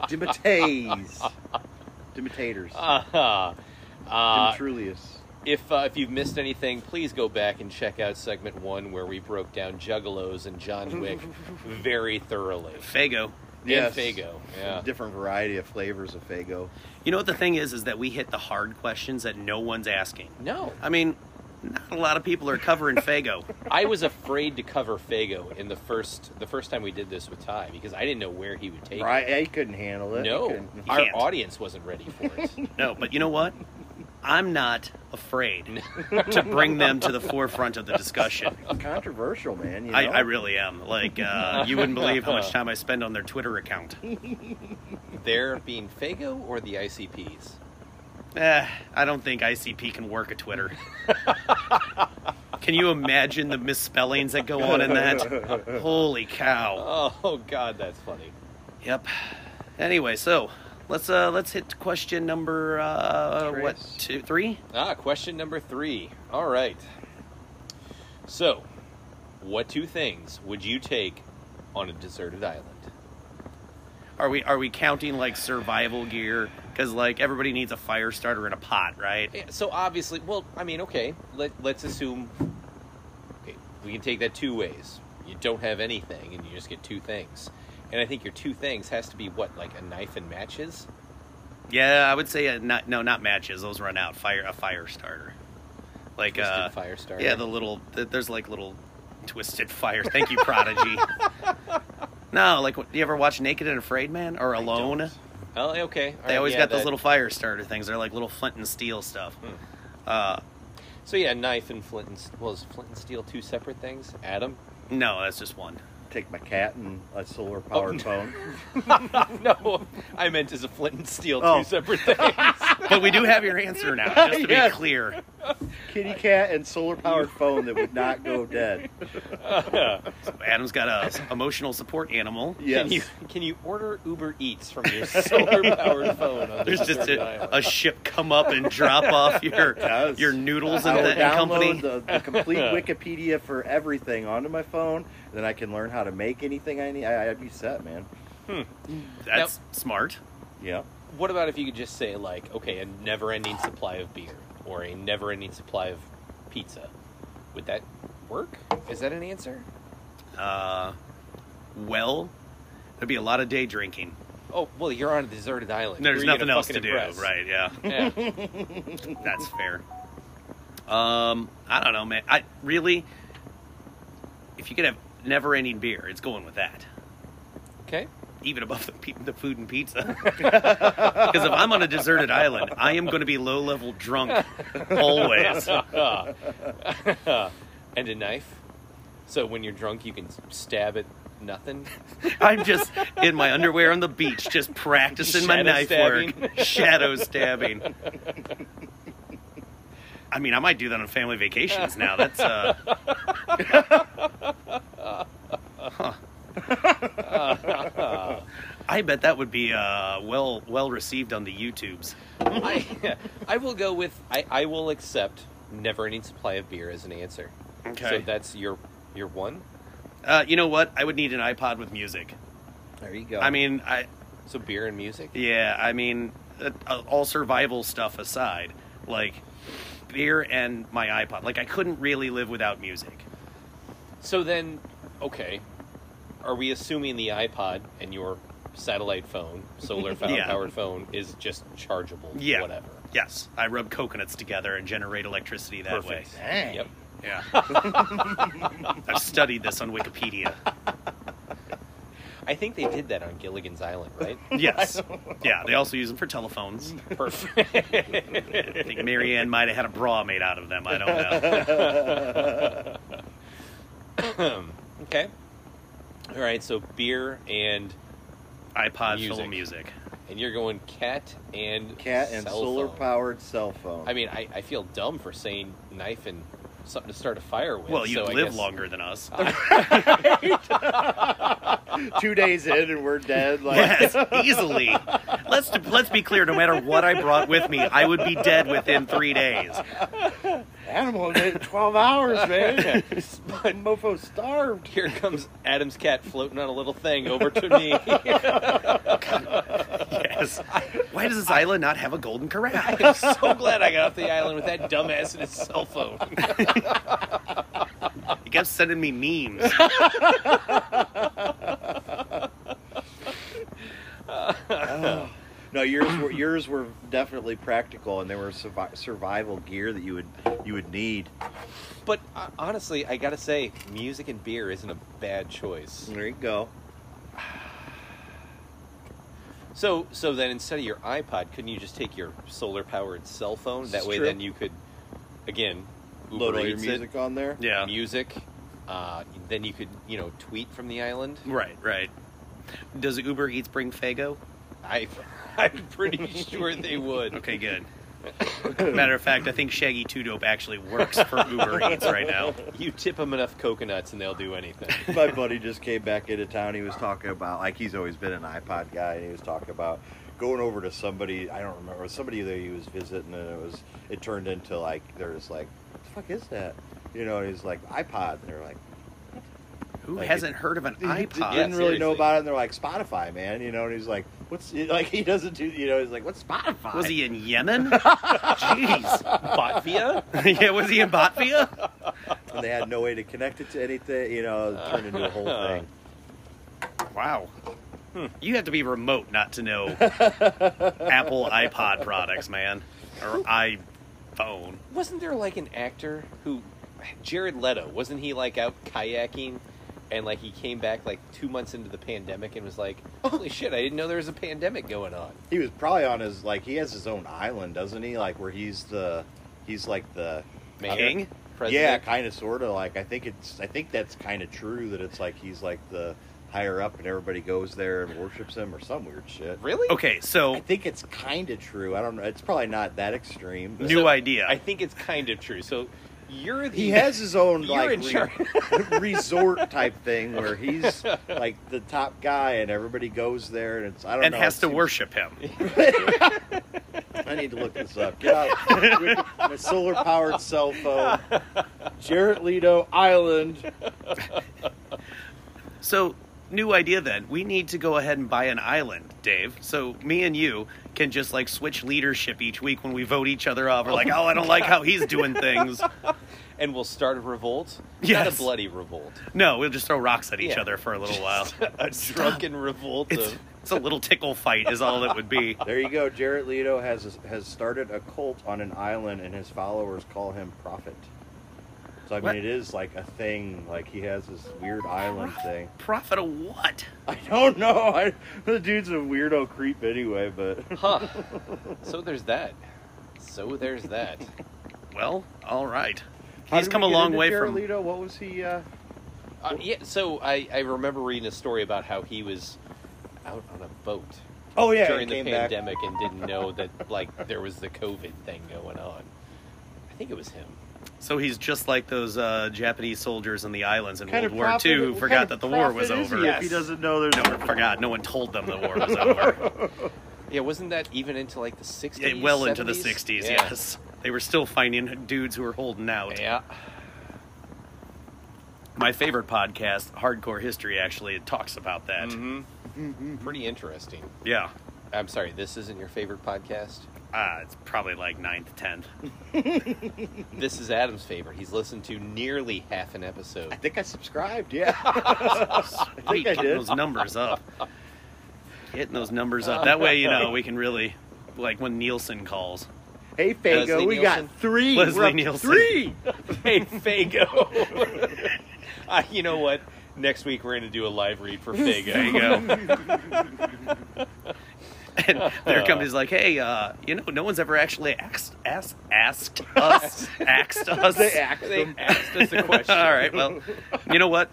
[SPEAKER 4] Dimitades. Dimitators.
[SPEAKER 1] Uh-huh. Uh,
[SPEAKER 4] Dimitrius.
[SPEAKER 1] if uh, if you've missed anything, please go back and check out segment one where we broke down Juggalos and John Wick very thoroughly.
[SPEAKER 2] fago
[SPEAKER 3] Yes.
[SPEAKER 1] And Fago. Yeah.
[SPEAKER 3] Different variety of flavors of Fago.
[SPEAKER 2] you know what the thing is is that we hit the hard questions that no one's asking
[SPEAKER 1] No,
[SPEAKER 2] i mean not a lot of people are covering fago
[SPEAKER 1] I was afraid to cover Fago in the first the first time we did this with Ty because I didn't know where he would take
[SPEAKER 3] Right, yeah, he couldn't handle
[SPEAKER 1] it.
[SPEAKER 3] it. He
[SPEAKER 1] No,
[SPEAKER 3] couldn't.
[SPEAKER 1] our
[SPEAKER 2] can't.
[SPEAKER 1] audience wasn't ready for it.
[SPEAKER 2] no but you know what i'm not afraid to bring them to the forefront of the discussion
[SPEAKER 3] controversial, man. You know?
[SPEAKER 2] I, I really am. Like, uh, you wouldn't believe how much time I spend on their Twitter account.
[SPEAKER 1] there being Fago or the ICPs.
[SPEAKER 2] Eh, I don't think ICP can work a Twitter. can you imagine the misspellings that go on in that? Holy cow!
[SPEAKER 1] Oh God, that's funny.
[SPEAKER 2] Yep. Anyway, so let's uh let's hit question number uh what
[SPEAKER 3] Trace.
[SPEAKER 2] two three?
[SPEAKER 1] Ah, question number three. All right. So, what two things would you take on a deserted island?
[SPEAKER 2] Are we are we counting like survival gear? Because like everybody needs a fire starter and a pot, right?
[SPEAKER 1] Yeah, so obviously, well, I mean, okay, let let's assume okay, we can take that two ways. You don't have anything, and you just get two things. And I think your two things has to be what, like a knife and matches?
[SPEAKER 2] Yeah, I would say a, not, no, not matches. Those run out. Fire a fire starter, like
[SPEAKER 1] Twisted
[SPEAKER 2] uh,
[SPEAKER 1] fire starter.
[SPEAKER 2] Yeah, the little th- there's like little twisted fire. Thank you, Prodigy. no, like what- you ever watch Naked and Afraid, man, or Alone?
[SPEAKER 3] don't.
[SPEAKER 1] Oh, okay.
[SPEAKER 2] They always got those
[SPEAKER 1] little.
[SPEAKER 2] little fire starter things. They're like little flint and steel stuff.
[SPEAKER 3] Hmm.
[SPEAKER 2] Uh,
[SPEAKER 1] So yeah, knife and flint and was flint and steel two separate things. Adam,
[SPEAKER 2] no, that's just one.
[SPEAKER 3] Take my cat and a solar powered
[SPEAKER 1] Oh.
[SPEAKER 3] phone.
[SPEAKER 1] no, I meant as a flint and steel two
[SPEAKER 3] Oh.
[SPEAKER 1] separate things.
[SPEAKER 2] But we do have your answer now, just to
[SPEAKER 3] Yes.
[SPEAKER 2] be clear.
[SPEAKER 3] Kitty cat and solar powered phone that would not go dead.
[SPEAKER 2] Adam's got a s- emotional support animal.
[SPEAKER 1] Can
[SPEAKER 3] Yes.
[SPEAKER 1] you can you order Uber Eats from your solar powered phone? On
[SPEAKER 2] There's
[SPEAKER 1] this
[SPEAKER 2] just
[SPEAKER 1] desert
[SPEAKER 2] a,
[SPEAKER 1] island?
[SPEAKER 2] a ship come up and drop off your
[SPEAKER 3] Yes.
[SPEAKER 2] your noodles
[SPEAKER 3] I
[SPEAKER 2] and,
[SPEAKER 3] will
[SPEAKER 2] the, and company.
[SPEAKER 3] download the, the complete Wikipedia for everything onto my phone. Then I can learn how to make anything I need. I, I'd be set, man.
[SPEAKER 2] That's smart.
[SPEAKER 3] Yeah.
[SPEAKER 1] What about if you could just say like, okay, a never-ending supply of beer or a never-ending supply of pizza? Would that work? Is that an answer?
[SPEAKER 2] Uh, well, there'd be a lot of day drinking.
[SPEAKER 1] Oh well, you're on a deserted island.
[SPEAKER 2] There's
[SPEAKER 1] Who are you
[SPEAKER 2] nothing
[SPEAKER 1] gonna
[SPEAKER 2] else to
[SPEAKER 1] fucking
[SPEAKER 2] do,
[SPEAKER 1] impress?
[SPEAKER 2] right? Yeah,
[SPEAKER 1] Yeah.
[SPEAKER 2] that's fair. Um, I don't know, man. I really, if you could have never-ending beer, it's going with that.
[SPEAKER 1] Okay.
[SPEAKER 2] Even above the, pe- the food and pizza, because if I'm on a deserted island, I am going to be low-level drunk always.
[SPEAKER 1] and a knife. So when you're drunk, you can stab at nothing.
[SPEAKER 2] I'm just in my underwear on the beach, just practicing my
[SPEAKER 1] Shadow
[SPEAKER 2] knife work,
[SPEAKER 1] stabbing.
[SPEAKER 2] shadow stabbing. I mean, I might do that on family vacations now. That's uh. Huh. I bet that would be uh, well well received on the YouTubes.
[SPEAKER 1] I, I will go with I, I will accept never ending supply of beer as an answer. So that's your your one.
[SPEAKER 2] uh, you know what? I would need an iPod with music.
[SPEAKER 3] There you
[SPEAKER 1] Oh.
[SPEAKER 3] go.
[SPEAKER 2] I mean, I
[SPEAKER 1] So beer and music.
[SPEAKER 2] Yeah, I mean, uh, uh, all survival stuff aside, like beer and my iPod. Like I couldn't really live without music.
[SPEAKER 1] So then, okay, are we assuming the iPod and your satellite phone, solar powered phone, is just chargeable?
[SPEAKER 2] Yeah.
[SPEAKER 1] Whatever.
[SPEAKER 2] Yes, I rub coconuts together and generate electricity that
[SPEAKER 1] Perfect.
[SPEAKER 2] way.
[SPEAKER 3] Dang.
[SPEAKER 1] Yep.
[SPEAKER 2] Yeah. I've studied this on Wikipedia.
[SPEAKER 1] I think they did that on Gilligan's Island, right?
[SPEAKER 2] Yes. Yeah, they also use them for telephones.
[SPEAKER 1] Perfect.
[SPEAKER 2] I think Marianne might have had a bra made out of them. I don't know.
[SPEAKER 1] okay. All right, so beer and
[SPEAKER 2] iPod full
[SPEAKER 1] Music.
[SPEAKER 2] of music.
[SPEAKER 1] and you're going cat and
[SPEAKER 3] Cat and
[SPEAKER 1] cell
[SPEAKER 3] solar
[SPEAKER 1] phone.
[SPEAKER 3] powered cell phone.
[SPEAKER 1] I mean, I, I feel dumb for saying knife and something to start a fire with.
[SPEAKER 2] Well, you
[SPEAKER 1] so I
[SPEAKER 2] live
[SPEAKER 1] guess-
[SPEAKER 2] longer than us.
[SPEAKER 3] two days in and we're dead. Like,
[SPEAKER 2] Yes, easily. Let's let's be clear. No matter what I brought with me, I would be dead within three days.
[SPEAKER 3] animal made it 12 hours, man. Mofo starved.
[SPEAKER 1] Here comes Adam's cat floating on a little thing over to me.
[SPEAKER 2] Yes. Why does this island not have a golden carafe?
[SPEAKER 1] I'm so glad I got off the island with that dumbass and his cell phone.
[SPEAKER 2] He kept sending me memes.
[SPEAKER 3] No, yours were yours were definitely practical, and there were survi- survival gear that you would you would need.
[SPEAKER 1] But uh, honestly, I gotta say, music and beer isn't a bad choice.
[SPEAKER 3] There you go.
[SPEAKER 1] So, so then instead of your iPod, couldn't you just take your solar-powered cell phone? That
[SPEAKER 3] is
[SPEAKER 1] way,
[SPEAKER 3] true.
[SPEAKER 1] then you could, again, Uber
[SPEAKER 3] Load all your
[SPEAKER 1] Eats
[SPEAKER 3] music on there.
[SPEAKER 1] it,
[SPEAKER 2] Yeah.
[SPEAKER 1] music. Uh, then you could, you know, tweet from the island.
[SPEAKER 3] Mm.
[SPEAKER 2] Right. Right. Does Uber Eats bring Fago?
[SPEAKER 1] I, I'm pretty sure they would.
[SPEAKER 2] Okay, good. Matter of fact, I think Shaggy Two Dope actually works for Uber Eats right now.
[SPEAKER 1] You tip them enough coconuts, and they'll do anything.
[SPEAKER 3] My buddy just came back into town. He was talking about like he's always been an iPod guy, and he was talking about going over to somebody I don't remember it was somebody that he was visiting, and it was it turned into like they're just like, what the fuck is that? You know, and he's like iPod, and they're like.
[SPEAKER 2] Who
[SPEAKER 3] Like
[SPEAKER 2] hasn't heard of an
[SPEAKER 3] he d-
[SPEAKER 2] iPod?
[SPEAKER 3] didn't really
[SPEAKER 1] seriously.
[SPEAKER 3] know about it. And they're like Spotify, man. You know, and he's like, "What's like?" He doesn't do, you know. He's like, "What's Spotify?"
[SPEAKER 2] Was he in Yemen? Jeez.
[SPEAKER 1] Botvia?
[SPEAKER 2] yeah, was he in Latvia?
[SPEAKER 3] and they had no way to connect it to anything. You know, it turned into a whole
[SPEAKER 2] Uh-huh.
[SPEAKER 3] thing.
[SPEAKER 2] Wow. Hmm. You have to be remote not to know Apple iPod products, man, or iPhone.
[SPEAKER 1] Wasn't there like an actor who, Jared Leto, wasn't he like out kayaking, and like he came back like two months into the pandemic and was like,
[SPEAKER 2] Oh.
[SPEAKER 1] "Holy shit, I didn't know there was a pandemic going on."
[SPEAKER 3] He was probably on his like he has his own island, doesn't he? Like where he's the he's like the
[SPEAKER 2] King?
[SPEAKER 3] Yeah,
[SPEAKER 1] president.
[SPEAKER 3] kind of, sort of. Like I think it's, I think that's kind of true that it's like he's like the higher up, and everybody goes there and worships him or some weird shit.
[SPEAKER 1] Really?
[SPEAKER 2] Okay,
[SPEAKER 3] I
[SPEAKER 2] so
[SPEAKER 3] think it's kind of true. I don't know. It's probably not that extreme. But
[SPEAKER 2] new idea.
[SPEAKER 1] I think it's kind of true. So you're the
[SPEAKER 3] he has his own
[SPEAKER 1] You're
[SPEAKER 3] like
[SPEAKER 1] in
[SPEAKER 3] re-
[SPEAKER 1] charge.
[SPEAKER 3] resort type thing where he's like the top guy, and everybody goes there, and it's I don't
[SPEAKER 2] and
[SPEAKER 3] know.
[SPEAKER 2] has
[SPEAKER 3] it
[SPEAKER 2] to
[SPEAKER 3] seems-
[SPEAKER 2] worship him.
[SPEAKER 3] I need to look this up. Get out with my solar powered cell phone. Jarrett Leto Island.
[SPEAKER 2] So, new idea then. We need to go ahead and buy an island, Dave. So, me and you can just like switch leadership each week when we vote each other off. We're like, oh, I don't like how he's doing things.
[SPEAKER 1] and we'll start a revolt. Not
[SPEAKER 2] Yes.
[SPEAKER 1] a bloody revolt.
[SPEAKER 2] No, we'll just throw rocks at each
[SPEAKER 1] Yeah.
[SPEAKER 2] other for a little while.
[SPEAKER 1] a drunken revolt
[SPEAKER 2] It's,
[SPEAKER 1] of
[SPEAKER 2] it's a little tickle fight, is all it would be.
[SPEAKER 3] There you go. Jared Leto has has started a cult on an island, and his followers call him Prophet. So I mean,
[SPEAKER 2] What?
[SPEAKER 3] it is like a thing. Like he has this weird island thing.
[SPEAKER 2] Profit of what?
[SPEAKER 3] I don't know. I, the dude's a weirdo creep anyway. But
[SPEAKER 1] huh. So there's that. So there's that.
[SPEAKER 2] Well, all right.
[SPEAKER 3] How
[SPEAKER 2] He's
[SPEAKER 3] did
[SPEAKER 2] come
[SPEAKER 3] we
[SPEAKER 2] a
[SPEAKER 3] get
[SPEAKER 2] long
[SPEAKER 3] into
[SPEAKER 2] way
[SPEAKER 3] Jared
[SPEAKER 2] from.
[SPEAKER 3] Leto. What was he? Uh,
[SPEAKER 1] Uh, yeah. So I I remember reading a story about how he was out on a boat
[SPEAKER 3] oh yeah,
[SPEAKER 1] during
[SPEAKER 3] he
[SPEAKER 1] the
[SPEAKER 3] came back.
[SPEAKER 1] pandemic and didn't know that like there was the COVID thing going on. I think it was him.
[SPEAKER 2] So he's just like those uh, Japanese soldiers in the islands in
[SPEAKER 3] Kind
[SPEAKER 2] World
[SPEAKER 3] of
[SPEAKER 2] War
[SPEAKER 3] prophet-
[SPEAKER 2] II who
[SPEAKER 3] what
[SPEAKER 2] forgot
[SPEAKER 3] kind
[SPEAKER 2] that
[SPEAKER 3] of
[SPEAKER 2] the war was
[SPEAKER 3] prophet is he
[SPEAKER 2] over.
[SPEAKER 3] If he doesn't know there's
[SPEAKER 2] No one forgot. No one told them the war was over.
[SPEAKER 1] Yeah. Wasn't that even into like the sixties?
[SPEAKER 2] Yeah, well into the 60s,
[SPEAKER 1] Yeah.
[SPEAKER 2] yes. They were still finding dudes who were holding out.
[SPEAKER 1] Yeah.
[SPEAKER 2] My favorite podcast, Hardcore History, actually, it talks about that.
[SPEAKER 3] Mm-hmm.
[SPEAKER 1] hmm Pretty interesting.
[SPEAKER 2] Yeah.
[SPEAKER 1] I'm sorry. This isn't your favorite podcast.
[SPEAKER 2] Uh, it's probably like 9th, 10th.
[SPEAKER 1] This is Adam's favorite. He's listened to nearly half an episode.
[SPEAKER 3] I think I subscribed. Yeah.
[SPEAKER 2] Wait,
[SPEAKER 3] I
[SPEAKER 2] getting
[SPEAKER 3] did.
[SPEAKER 2] those numbers up. Getting those numbers up. That way, you know, we can really, like when Nielsen calls.
[SPEAKER 3] hey
[SPEAKER 1] Leslie
[SPEAKER 3] Fago, we
[SPEAKER 1] Nielsen?
[SPEAKER 3] got three. We're
[SPEAKER 2] Leslie
[SPEAKER 3] up to
[SPEAKER 2] Nielsen.
[SPEAKER 3] Three.
[SPEAKER 1] Hey, Fago. uh, you know what? Next week we're going to do a live read for
[SPEAKER 2] There you
[SPEAKER 1] Fago.
[SPEAKER 2] go. and their company's like, hey, uh, you know, no one's ever actually asked, asked, asked us, asked us.
[SPEAKER 3] They axed
[SPEAKER 1] they
[SPEAKER 3] him.
[SPEAKER 1] asked us a question.
[SPEAKER 2] All right, well, you know what?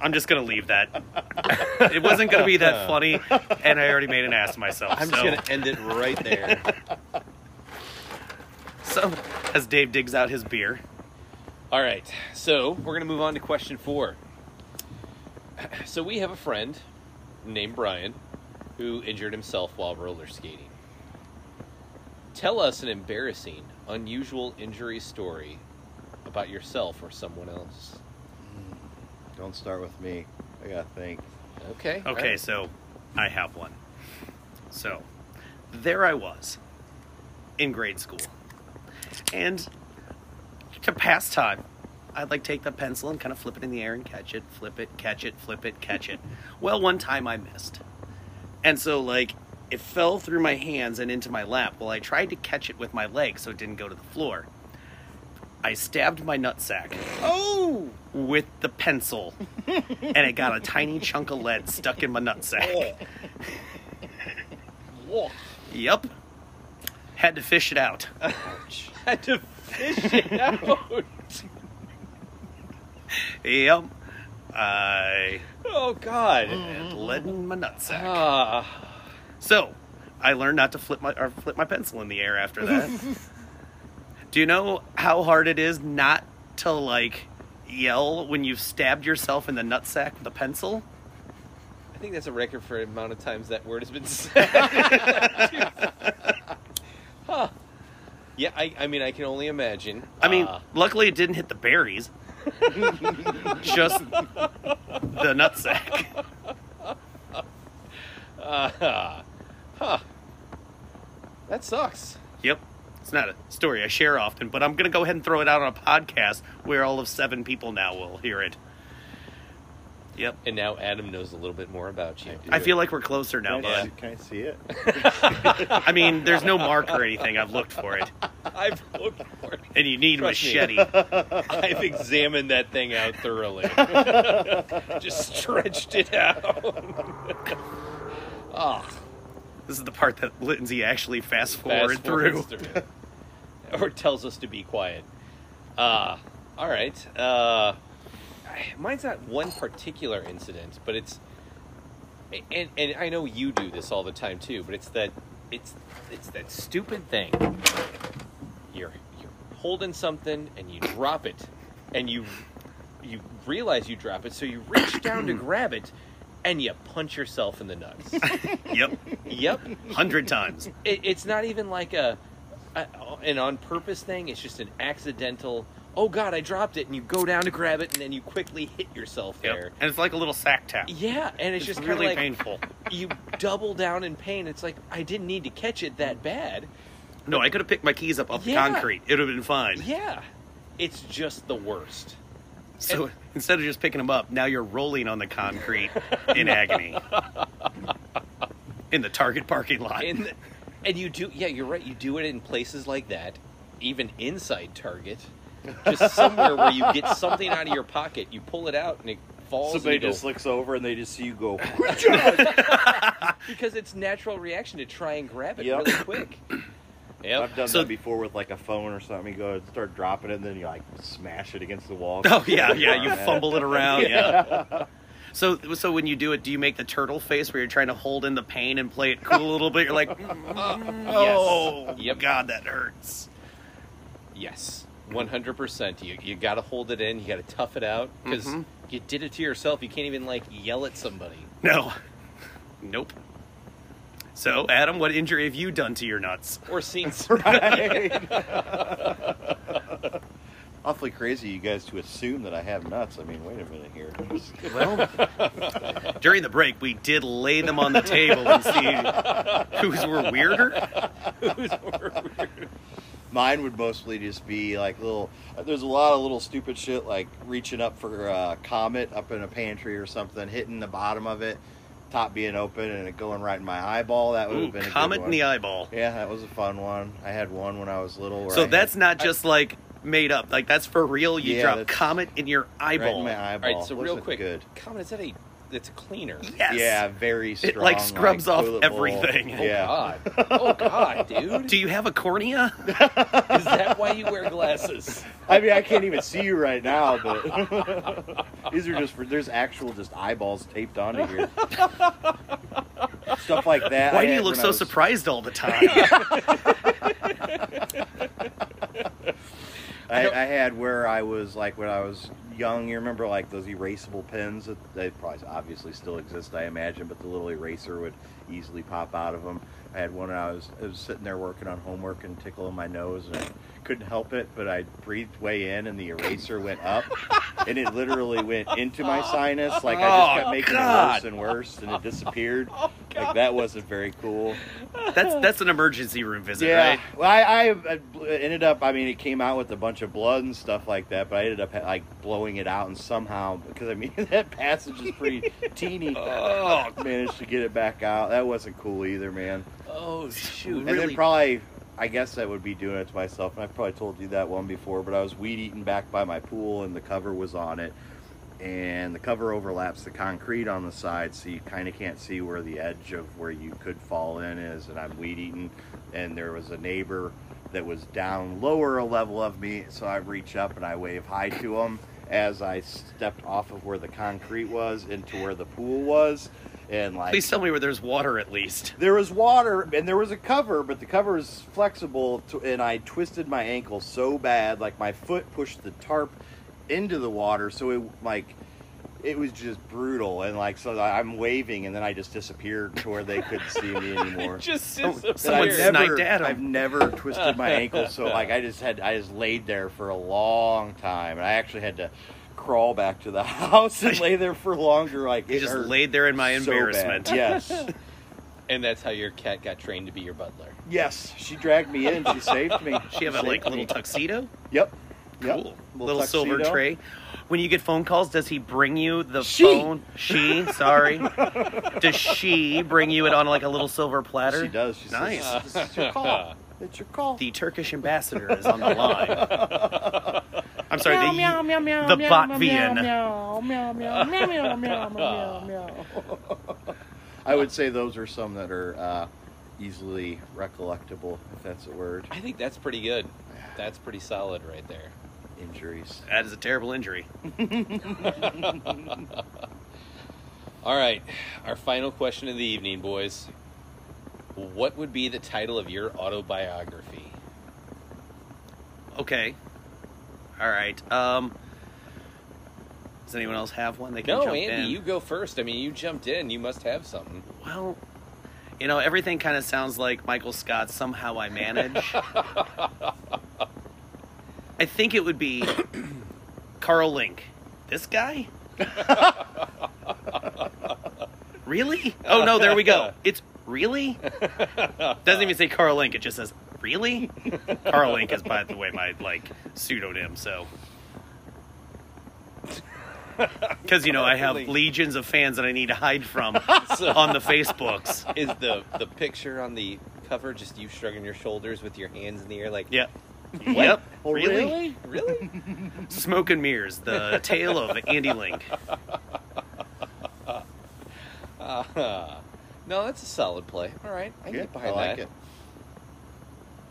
[SPEAKER 2] I'm just gonna leave that. It wasn't gonna be that funny, and I already made an ass of myself.
[SPEAKER 1] I'm
[SPEAKER 2] so,
[SPEAKER 1] just going to end it right there.
[SPEAKER 2] so, as Dave digs out his beer,
[SPEAKER 1] All right. So we're going to move on to question four. So we have a friend named Brian who injured himself while roller skating. Tell us an embarrassing, unusual injury story about yourself or someone else.
[SPEAKER 3] Don't start with me. I gotta think.
[SPEAKER 1] Okay. all
[SPEAKER 2] okay,
[SPEAKER 1] right.
[SPEAKER 2] so I have one. So, there I was in grade school, and to pass time, I'd like take the pencil and kind of flip it in the air and catch it, flip it, catch it, flip it, catch it. Well, one time I missed. And so, like, it fell through my hands and into my lap. Well, I tried to catch it with my leg so it didn't go to the floor. I stabbed my nutsack. Oh! With the pencil. and it got a tiny chunk of lead stuck in my nutsack.
[SPEAKER 1] Whoa.
[SPEAKER 2] yep. Had to fish it out.
[SPEAKER 1] had to fish it out.
[SPEAKER 2] Yep. I
[SPEAKER 1] oh God.
[SPEAKER 2] had lead in my nutsack.
[SPEAKER 1] Ah.
[SPEAKER 2] So, I learned not to flip my or flip my pencil in the air after that. Do you know how hard it is not to like yell when you've stabbed yourself in the nutsack with a pencil?
[SPEAKER 1] I think that's a record for the amount of times that word has been said. Huh. Yeah, I, I mean, I can only imagine.
[SPEAKER 2] I mean,
[SPEAKER 1] Ah.
[SPEAKER 2] luckily it didn't hit the berries. Just the nutsack.
[SPEAKER 1] Ah. huh. Uh, That sucks.
[SPEAKER 2] Yep. it's not a story I share often, but I'm going to go ahead and throw it out on a podcast where all of seven people now will hear it. Yep.
[SPEAKER 1] And now Adam knows a little bit more about you.
[SPEAKER 2] I feel like we're closer now,
[SPEAKER 3] Can I,
[SPEAKER 2] bud.
[SPEAKER 3] see- can I see it?
[SPEAKER 2] I mean, there's no mark or anything. I've looked for it.
[SPEAKER 1] I've looked for it.
[SPEAKER 2] And you need a
[SPEAKER 1] Trust me.
[SPEAKER 2] machete.
[SPEAKER 1] I've examined that thing out thoroughly. Just stretched it out.
[SPEAKER 2] This is the part that Lindsay actually fast forward
[SPEAKER 1] Fast
[SPEAKER 2] through.
[SPEAKER 1] forwards through. or tells us to be quiet. Uh, all right. Uh, mine's not one particular incident, but it's and and I know you do this all the time too, but it's that it's it's that stupid thing. You're you're holding something and you drop it, and you you realize you drop it, so you reach down to grab it, and you punch yourself in the nuts.
[SPEAKER 2] Yep.
[SPEAKER 1] yep
[SPEAKER 2] Hundred times.
[SPEAKER 1] it, it's not even like a, a an on purpose thing. It's just an accidental. Oh God, I dropped it, and you go down to grab it, and then you quickly hit yourself
[SPEAKER 2] Yep.
[SPEAKER 1] there.
[SPEAKER 2] And it's like a little sack tap.
[SPEAKER 1] Yeah, and it's,
[SPEAKER 2] It's
[SPEAKER 1] just kinda
[SPEAKER 2] really
[SPEAKER 1] like
[SPEAKER 2] painful.
[SPEAKER 1] you double down in pain. It's like I didn't need to catch it that bad.
[SPEAKER 2] No, I could have picked my keys up off the
[SPEAKER 1] Yeah.
[SPEAKER 2] concrete. It would have been fine.
[SPEAKER 1] Yeah, it's just the worst.
[SPEAKER 2] So instead of just picking them up, now you're rolling on the concrete in agony. In the Target parking lot.
[SPEAKER 1] And and you do yeah, you're right. You do it in places like that, even inside Target, just somewhere where you get something out of your pocket, you pull it out, and it falls. and
[SPEAKER 3] Somebody
[SPEAKER 1] you go,
[SPEAKER 3] just looks over and they just see you go.
[SPEAKER 1] because it's natural reaction to try and grab it
[SPEAKER 3] Yep.
[SPEAKER 1] really quick. Yep.
[SPEAKER 3] I've done
[SPEAKER 2] So-
[SPEAKER 3] that before with like a phone or something. You go and start dropping it, and then you like smash it against the wall.
[SPEAKER 2] oh yeah, yeah. You
[SPEAKER 3] Man.
[SPEAKER 2] fumble it around. Yeah. So so when you do it, do you make the turtle face where you're trying to hold in the pain and play it cool a little bit? You're like, oh
[SPEAKER 1] Yep.
[SPEAKER 2] god, that hurts.
[SPEAKER 1] Yes. One hundred percent. You you got to hold it in. You got to tough it out because
[SPEAKER 3] Mm-hmm.
[SPEAKER 2] Mhm.
[SPEAKER 1] you did it to yourself. You can't even like yell at somebody.
[SPEAKER 2] No. Nope. So Adam, what injury have you done to your nuts?
[SPEAKER 1] Or seen. s-
[SPEAKER 3] Awfully crazy, you guys, to assume that I have nuts. I mean, wait a minute here.
[SPEAKER 2] Well, during the break, we did lay them on the table and see whose were weirder.
[SPEAKER 3] Mine would mostly just be like little. There's a lot of little stupid shit like reaching up for a comet up in a pantry or something, hitting the bottom of it, top being open, and it going right in my eyeball. That would
[SPEAKER 2] Ooh,
[SPEAKER 3] have been a
[SPEAKER 2] comet
[SPEAKER 3] good
[SPEAKER 2] in
[SPEAKER 3] one.
[SPEAKER 2] the eyeball.
[SPEAKER 3] Yeah, that was a fun one. I had one when I was little. where I
[SPEAKER 2] So
[SPEAKER 3] had-
[SPEAKER 2] that's not just like made up. Like that's for real. You
[SPEAKER 3] Yeah,
[SPEAKER 2] drop
[SPEAKER 3] that's-
[SPEAKER 2] comet in your
[SPEAKER 3] right
[SPEAKER 2] eyeball.
[SPEAKER 3] in my
[SPEAKER 1] All
[SPEAKER 3] eyeball.
[SPEAKER 1] right. So real
[SPEAKER 3] Wasn't
[SPEAKER 1] quick,
[SPEAKER 3] good.
[SPEAKER 1] Common is that a that's a cleaner.
[SPEAKER 2] Yes.
[SPEAKER 3] Yeah, very strong.
[SPEAKER 2] It, like, scrubs off
[SPEAKER 3] toilet bowl.
[SPEAKER 2] everything. Oh,
[SPEAKER 3] Yeah.
[SPEAKER 1] God. Oh God, dude.
[SPEAKER 2] Do you have a cornea?
[SPEAKER 1] Is that why you wear glasses?
[SPEAKER 3] I mean, I can't even see you right now, but these are just for there's actual just eyeballs taped onto here. Stuff like that. I
[SPEAKER 2] Why do you
[SPEAKER 3] had
[SPEAKER 2] look
[SPEAKER 3] when I
[SPEAKER 2] so
[SPEAKER 3] was-
[SPEAKER 2] surprised all the time?
[SPEAKER 3] I, I had where I was like when I was young. You remember like those erasable pens? That they probably obviously still exist, I imagine, but the little eraser would easily pop out of them. I had one. I was I was sitting there working on homework and tickling my nose and I couldn't help it, but I breathed way in and the eraser went up, and it literally went into my sinus. Like I just
[SPEAKER 2] Oh,
[SPEAKER 3] kept making
[SPEAKER 2] God. Oh,
[SPEAKER 3] it worse and worse, and it disappeared. like that wasn't very cool.
[SPEAKER 2] that's that's an emergency room visit,
[SPEAKER 3] Yeah.
[SPEAKER 2] right?
[SPEAKER 3] Well, I, I I bl- ended up. I mean, it came out with a bunch of blood and stuff like that, but I ended up ha- like blowing it out and somehow because I mean that passage is pretty teeny.
[SPEAKER 2] Oh,
[SPEAKER 3] Managed to get it back out. That wasn't cool either, man.
[SPEAKER 1] Oh shoot.
[SPEAKER 3] And then probably, I guess I would be doing it to myself. And I probably told you that one before, but I was weed eating back by my pool, and the cover was on it, and the cover overlaps the concrete on the side, so you kind of can't see where the edge of where you could fall in is. And I'm weed eating, and there was a neighbor that was down lower a level of me, so I reach up and I wave hi to him as I stepped off of where the concrete was into where the pool was, and like
[SPEAKER 2] please tell me where there's water at least.
[SPEAKER 3] there was water and there was a cover, but the cover is flexible, to, and I twisted my ankle so bad, like my foot pushed the tarp into the water, so it like it was just brutal, and like so I'm waving, and then I just disappeared to where they couldn't see me anymore.
[SPEAKER 1] just
[SPEAKER 3] And
[SPEAKER 2] someone
[SPEAKER 1] disappeared.
[SPEAKER 3] I've
[SPEAKER 2] sniped at him.
[SPEAKER 3] I've never twisted my ankle, so like I just had I just laid there for a long time, and I actually had to crawl back to the house and lay there for longer. Like
[SPEAKER 2] You
[SPEAKER 3] it
[SPEAKER 2] just
[SPEAKER 3] hurt
[SPEAKER 2] laid there in my
[SPEAKER 3] so bad.
[SPEAKER 2] embarrassment.
[SPEAKER 3] Yes.
[SPEAKER 1] And that's how your cat got trained to be your butler.
[SPEAKER 3] Yes, she dragged me in. She saved me.
[SPEAKER 2] She have a
[SPEAKER 3] saved
[SPEAKER 2] like
[SPEAKER 3] me.
[SPEAKER 2] little tuxedo.
[SPEAKER 3] Yep. yep.
[SPEAKER 2] Cool. Little, silver
[SPEAKER 3] tuxedo.
[SPEAKER 2] tray. When you get phone calls, does he bring you the
[SPEAKER 3] She.
[SPEAKER 2] phone? She, sorry. does she bring you it on like a little silver platter?
[SPEAKER 3] She does. She
[SPEAKER 2] Nice.
[SPEAKER 3] Says, this is your call. It's your call.
[SPEAKER 2] The Turkish ambassador is on the line. I'm sorry, the, the Botvian.
[SPEAKER 3] I would say those are some that are uh, easily recollectable, if that's a word.
[SPEAKER 1] I think that's pretty good. That's pretty solid right there.
[SPEAKER 3] Injuries.
[SPEAKER 2] That is a terrible injury.
[SPEAKER 1] All right, our final question of the evening, boys. What would be the title of your autobiography?
[SPEAKER 2] Okay. All right. Um, does anyone else have one? They can
[SPEAKER 1] No,
[SPEAKER 2] jump
[SPEAKER 1] Andy,
[SPEAKER 2] in.
[SPEAKER 1] you go first. I mean, you jumped in. You must have something.
[SPEAKER 2] Well, you know, everything kind of sounds like Michael Scott. Somehow I manage. I think it would be Carl Link. This guy? really? Oh no, there we go. It's really? Doesn't even say Carl Link. It just says really. Carl Link is, by the way, my like pseudonym. So. Because you know I have
[SPEAKER 1] Link.
[SPEAKER 2] legions of fans that I need to hide from
[SPEAKER 1] So-
[SPEAKER 2] on the Facebooks.
[SPEAKER 1] Is the the picture on the cover just you shrugging your shoulders with your hands in the air like
[SPEAKER 2] Yep. Yep.
[SPEAKER 3] Oh, really?
[SPEAKER 1] really?
[SPEAKER 2] Smoke and mirrors. The tale of Andy Link.
[SPEAKER 1] Uh, no, that's a solid play. All right, I can
[SPEAKER 3] Yeah,
[SPEAKER 1] get
[SPEAKER 3] I
[SPEAKER 1] behind
[SPEAKER 3] like
[SPEAKER 1] that.
[SPEAKER 3] it.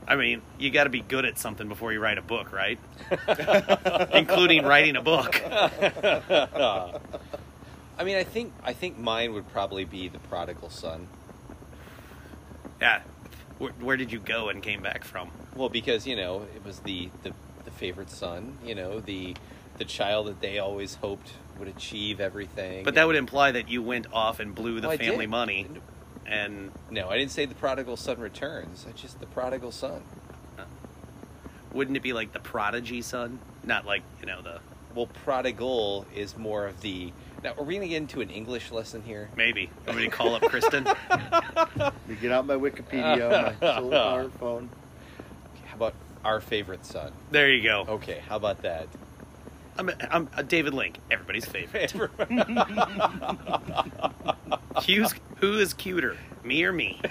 [SPEAKER 2] I mean, you got to be good at something before you write a book, right? Including writing a book.
[SPEAKER 1] I mean, I think I think mine would probably be the prodigal son.
[SPEAKER 2] Yeah. Where, where did you go and came back from?
[SPEAKER 1] Well, because you know it was the the, the favorite son. You know the the child that they always hoped would achieve everything.
[SPEAKER 2] But that would imply that you went off and blew the
[SPEAKER 1] Well, I did.
[SPEAKER 2] family money. And
[SPEAKER 1] no, I didn't say the prodigal son returns. I just the prodigal son.
[SPEAKER 2] wouldn't it be like the prodigy son? Not like, you know, the.
[SPEAKER 1] Well, prodigal is more of the. Now, are we going to get into an English lesson here?
[SPEAKER 2] Maybe. I'm going to call up Kristen.
[SPEAKER 3] You get out my Wikipedia, my silver phone.
[SPEAKER 1] How about our favorite son?
[SPEAKER 2] There you go.
[SPEAKER 1] Okay, how about that?
[SPEAKER 2] I'm, I'm uh, David Link, everybody's favorite. Who's, who is cuter, me or me?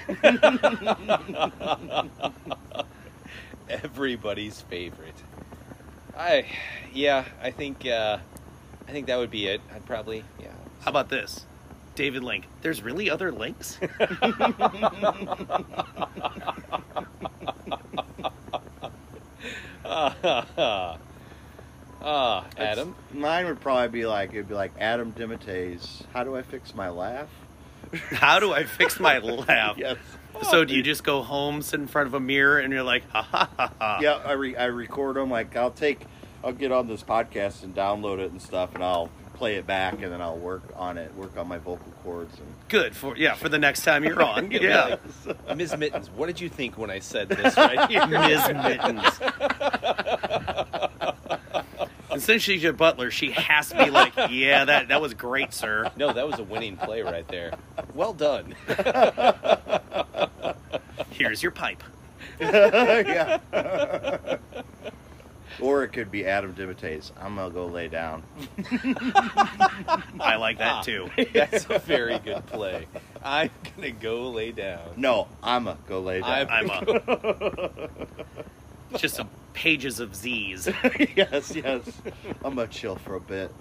[SPEAKER 1] Everybody's favorite. I, yeah, I think, uh, I think that would be it. I'd probably, yeah.
[SPEAKER 2] How about this? David Link. There's really other links?
[SPEAKER 1] Ah, Adam.
[SPEAKER 3] Mine would probably be like it'd be like Adam Dimites. How do I fix my laugh?
[SPEAKER 2] How do I fix my laugh?
[SPEAKER 3] Yes.
[SPEAKER 2] So do you just go home, sit in front of a mirror, and you're like, ha ha ha ha.
[SPEAKER 3] Yeah, I re- I record them. Like I'll take, I'll get on this podcast and download it and stuff, and I'll play it back, and then I'll work on it, work on my vocal cords, and
[SPEAKER 2] Good for yeah for the next time you're on.
[SPEAKER 1] You'll be
[SPEAKER 2] yeah.
[SPEAKER 1] like, Ms. Mittens, what did you think when I said this right here?
[SPEAKER 2] Ms. Mittens. and since she's your butler, she has to be like, yeah, that that was great, sir.
[SPEAKER 1] No, that was a winning play right there. Well done.
[SPEAKER 2] Here's your pipe.
[SPEAKER 3] yeah. or it could be Adam Dimites. I'm gonna go lay down.
[SPEAKER 2] I like that too.
[SPEAKER 1] That's a very good play. I'm gonna go lay down.
[SPEAKER 3] No, I'm gonna go lay down.
[SPEAKER 2] I'm a just a pages of Z's.
[SPEAKER 3] Uh, yes, yes. I'm gonna chill for a bit.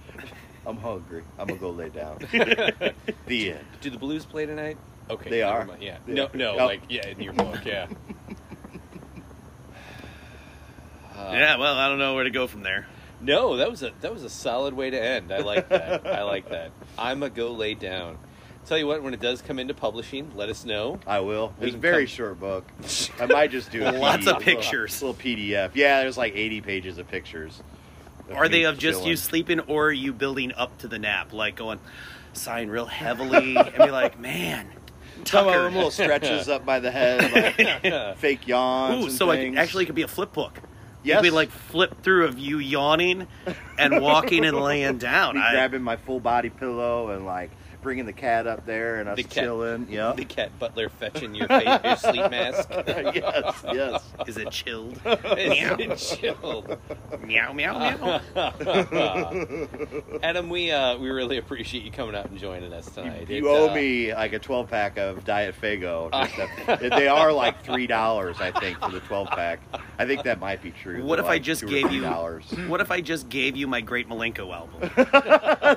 [SPEAKER 3] I'm hungry. I'm gonna go lay down. the end.
[SPEAKER 1] Do the Blues play tonight? Okay,
[SPEAKER 3] They
[SPEAKER 1] never
[SPEAKER 3] are.
[SPEAKER 1] mind, Yeah.
[SPEAKER 3] They
[SPEAKER 1] no,
[SPEAKER 3] are.
[SPEAKER 1] no,
[SPEAKER 3] Oh.
[SPEAKER 1] like yeah, in your book, yeah. Uh,
[SPEAKER 2] Yeah, well, I don't know where to go from there.
[SPEAKER 1] No, that was a that was a solid way to end. I like that. I like that. I'm a go lay down. Tell you what, when it does come into publishing, let us know.
[SPEAKER 3] I will.
[SPEAKER 1] We
[SPEAKER 3] It's a
[SPEAKER 1] can
[SPEAKER 3] very
[SPEAKER 1] come-
[SPEAKER 3] short book. I might just do a
[SPEAKER 2] Lots
[SPEAKER 3] PDF,
[SPEAKER 2] of pictures.
[SPEAKER 3] Little, little PDF. Yeah, there's like 80 pages of pictures.
[SPEAKER 2] Are they
[SPEAKER 3] me
[SPEAKER 2] of just you
[SPEAKER 3] chilling.
[SPEAKER 2] sleeping or are you building up to the nap? Like going, sighing real heavily and be like, man,
[SPEAKER 3] Some of
[SPEAKER 2] Tucker.
[SPEAKER 3] them little stretches up by the head, like uh, fake yawns.
[SPEAKER 2] Ooh,
[SPEAKER 3] and
[SPEAKER 2] so I could,
[SPEAKER 3] things.
[SPEAKER 2] actually it could be a flip book. Yeah,
[SPEAKER 3] Yes.
[SPEAKER 2] It'd be like flip through of you yawning and walking and laying down.
[SPEAKER 3] Me
[SPEAKER 2] I,
[SPEAKER 3] grabbing my full body pillow and like bringing the cat up there and us
[SPEAKER 1] The cat.
[SPEAKER 3] chilling. Yeah.
[SPEAKER 1] The cat butler fetching your, fa- your sleep mask.
[SPEAKER 3] yes, yes.
[SPEAKER 2] Is it chilled?
[SPEAKER 1] It's chilled.
[SPEAKER 2] meow, meow, meow.
[SPEAKER 1] Adam, we uh, we really appreciate you coming out and joining us tonight.
[SPEAKER 3] You
[SPEAKER 1] It's,
[SPEAKER 3] owe
[SPEAKER 1] uh,
[SPEAKER 3] me like a 12 pack of Diet Fago. Just a- they are like three dollars, I think, for the 12 pack. I think that might be true.
[SPEAKER 2] What
[SPEAKER 3] They're
[SPEAKER 2] if I
[SPEAKER 3] like
[SPEAKER 2] just
[SPEAKER 3] two or
[SPEAKER 2] gave
[SPEAKER 3] three
[SPEAKER 2] you-
[SPEAKER 3] dollars?
[SPEAKER 2] What if I just gave you my Great Malenko album?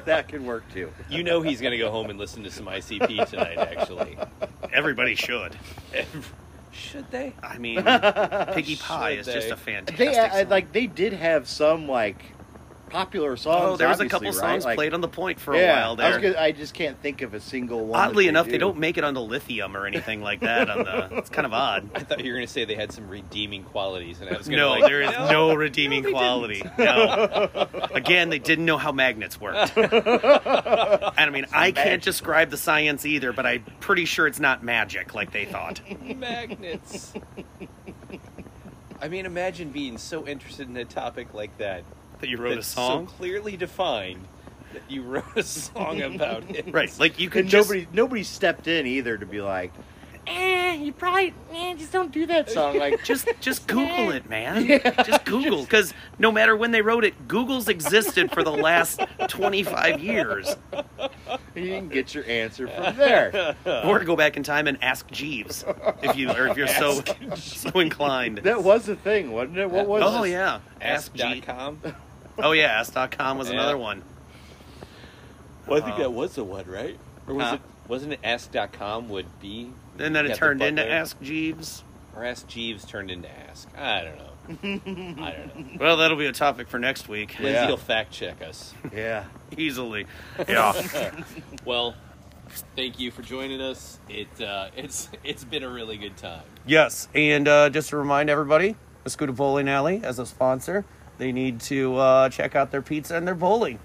[SPEAKER 3] that could work too.
[SPEAKER 1] You know he's going to go home and listen to some ICP tonight. Actually,
[SPEAKER 2] Everybody should.
[SPEAKER 1] should they?
[SPEAKER 2] I mean, Piggy Pie
[SPEAKER 1] Should
[SPEAKER 2] is just
[SPEAKER 1] they?
[SPEAKER 2] a fantastic
[SPEAKER 3] They I,
[SPEAKER 2] song.
[SPEAKER 3] like they did have some like popular songs.
[SPEAKER 2] oh, there was a
[SPEAKER 3] obviously,
[SPEAKER 2] couple
[SPEAKER 3] right?
[SPEAKER 2] songs
[SPEAKER 3] Like-
[SPEAKER 2] played on the point for a
[SPEAKER 3] yeah,
[SPEAKER 2] while
[SPEAKER 3] I,
[SPEAKER 2] there.
[SPEAKER 3] was gonna- I just can't think of a single one. that
[SPEAKER 2] Oddly enough,
[SPEAKER 3] do.
[SPEAKER 2] they, don't make it onto Lithium or anything like that. On the, it's kind of odd.
[SPEAKER 1] I thought you were going to say they had some redeeming qualities, and I was going
[SPEAKER 2] No,
[SPEAKER 1] to
[SPEAKER 2] there is no, redeeming quality. No. Again, they didn't know how magnets worked. and I mean, I can't describe the science either, but I'm pretty sure it's not magic like they thought.
[SPEAKER 1] magnets. I mean, imagine being so interested in a topic like that.
[SPEAKER 2] That you wrote a
[SPEAKER 1] that's
[SPEAKER 2] song,
[SPEAKER 1] so clearly defined that you wrote a song about it.
[SPEAKER 2] right? Like you could
[SPEAKER 3] And
[SPEAKER 2] just
[SPEAKER 3] nobody nobody stepped in either to be like,
[SPEAKER 5] eh, you probably, eh, just don't do
[SPEAKER 3] that song like
[SPEAKER 2] just just Google it, man. Just Google, because no matter when they wrote it, Google's existed for the last 25 years.
[SPEAKER 3] you can get your answer from there.
[SPEAKER 2] Or to go back in time and ask Jeeves if you or if you're so so inclined.
[SPEAKER 3] That was the thing, wasn't it? What was
[SPEAKER 2] oh
[SPEAKER 3] it?
[SPEAKER 2] yeah, Ask Jeeves.
[SPEAKER 1] Ask.com.
[SPEAKER 2] Oh yeah, ask.com was
[SPEAKER 1] Yeah.
[SPEAKER 2] another one.
[SPEAKER 1] Well, I think
[SPEAKER 2] Uh,
[SPEAKER 1] that was the one, right? Or was
[SPEAKER 2] huh?
[SPEAKER 1] it? Wasn't it Ask.com would be?
[SPEAKER 2] And then
[SPEAKER 1] got
[SPEAKER 2] it
[SPEAKER 1] the
[SPEAKER 2] turned into
[SPEAKER 1] butler?
[SPEAKER 2] Ask Jeeves.
[SPEAKER 1] Or Ask Jeeves turned into Ask. I don't know. I don't know.
[SPEAKER 2] Well, that'll be a topic for next week.
[SPEAKER 1] Lindsay
[SPEAKER 3] Yeah.
[SPEAKER 1] will fact check us.
[SPEAKER 3] Yeah.
[SPEAKER 2] Easily. Yeah.
[SPEAKER 1] Well, thank you for joining us. It uh, it's it's been a really good time.
[SPEAKER 2] Yes, and uh, just to remind everybody, Mascuda Bowling Alley as a sponsor, they need to uh, check out their pizza and their bowling.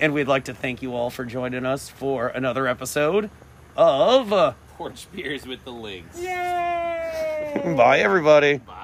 [SPEAKER 2] And we'd like to thank you all for joining us for another episode of. uh,
[SPEAKER 1] Porch beers with the links.
[SPEAKER 5] Yay!
[SPEAKER 2] Bye, everybody.
[SPEAKER 1] Bye.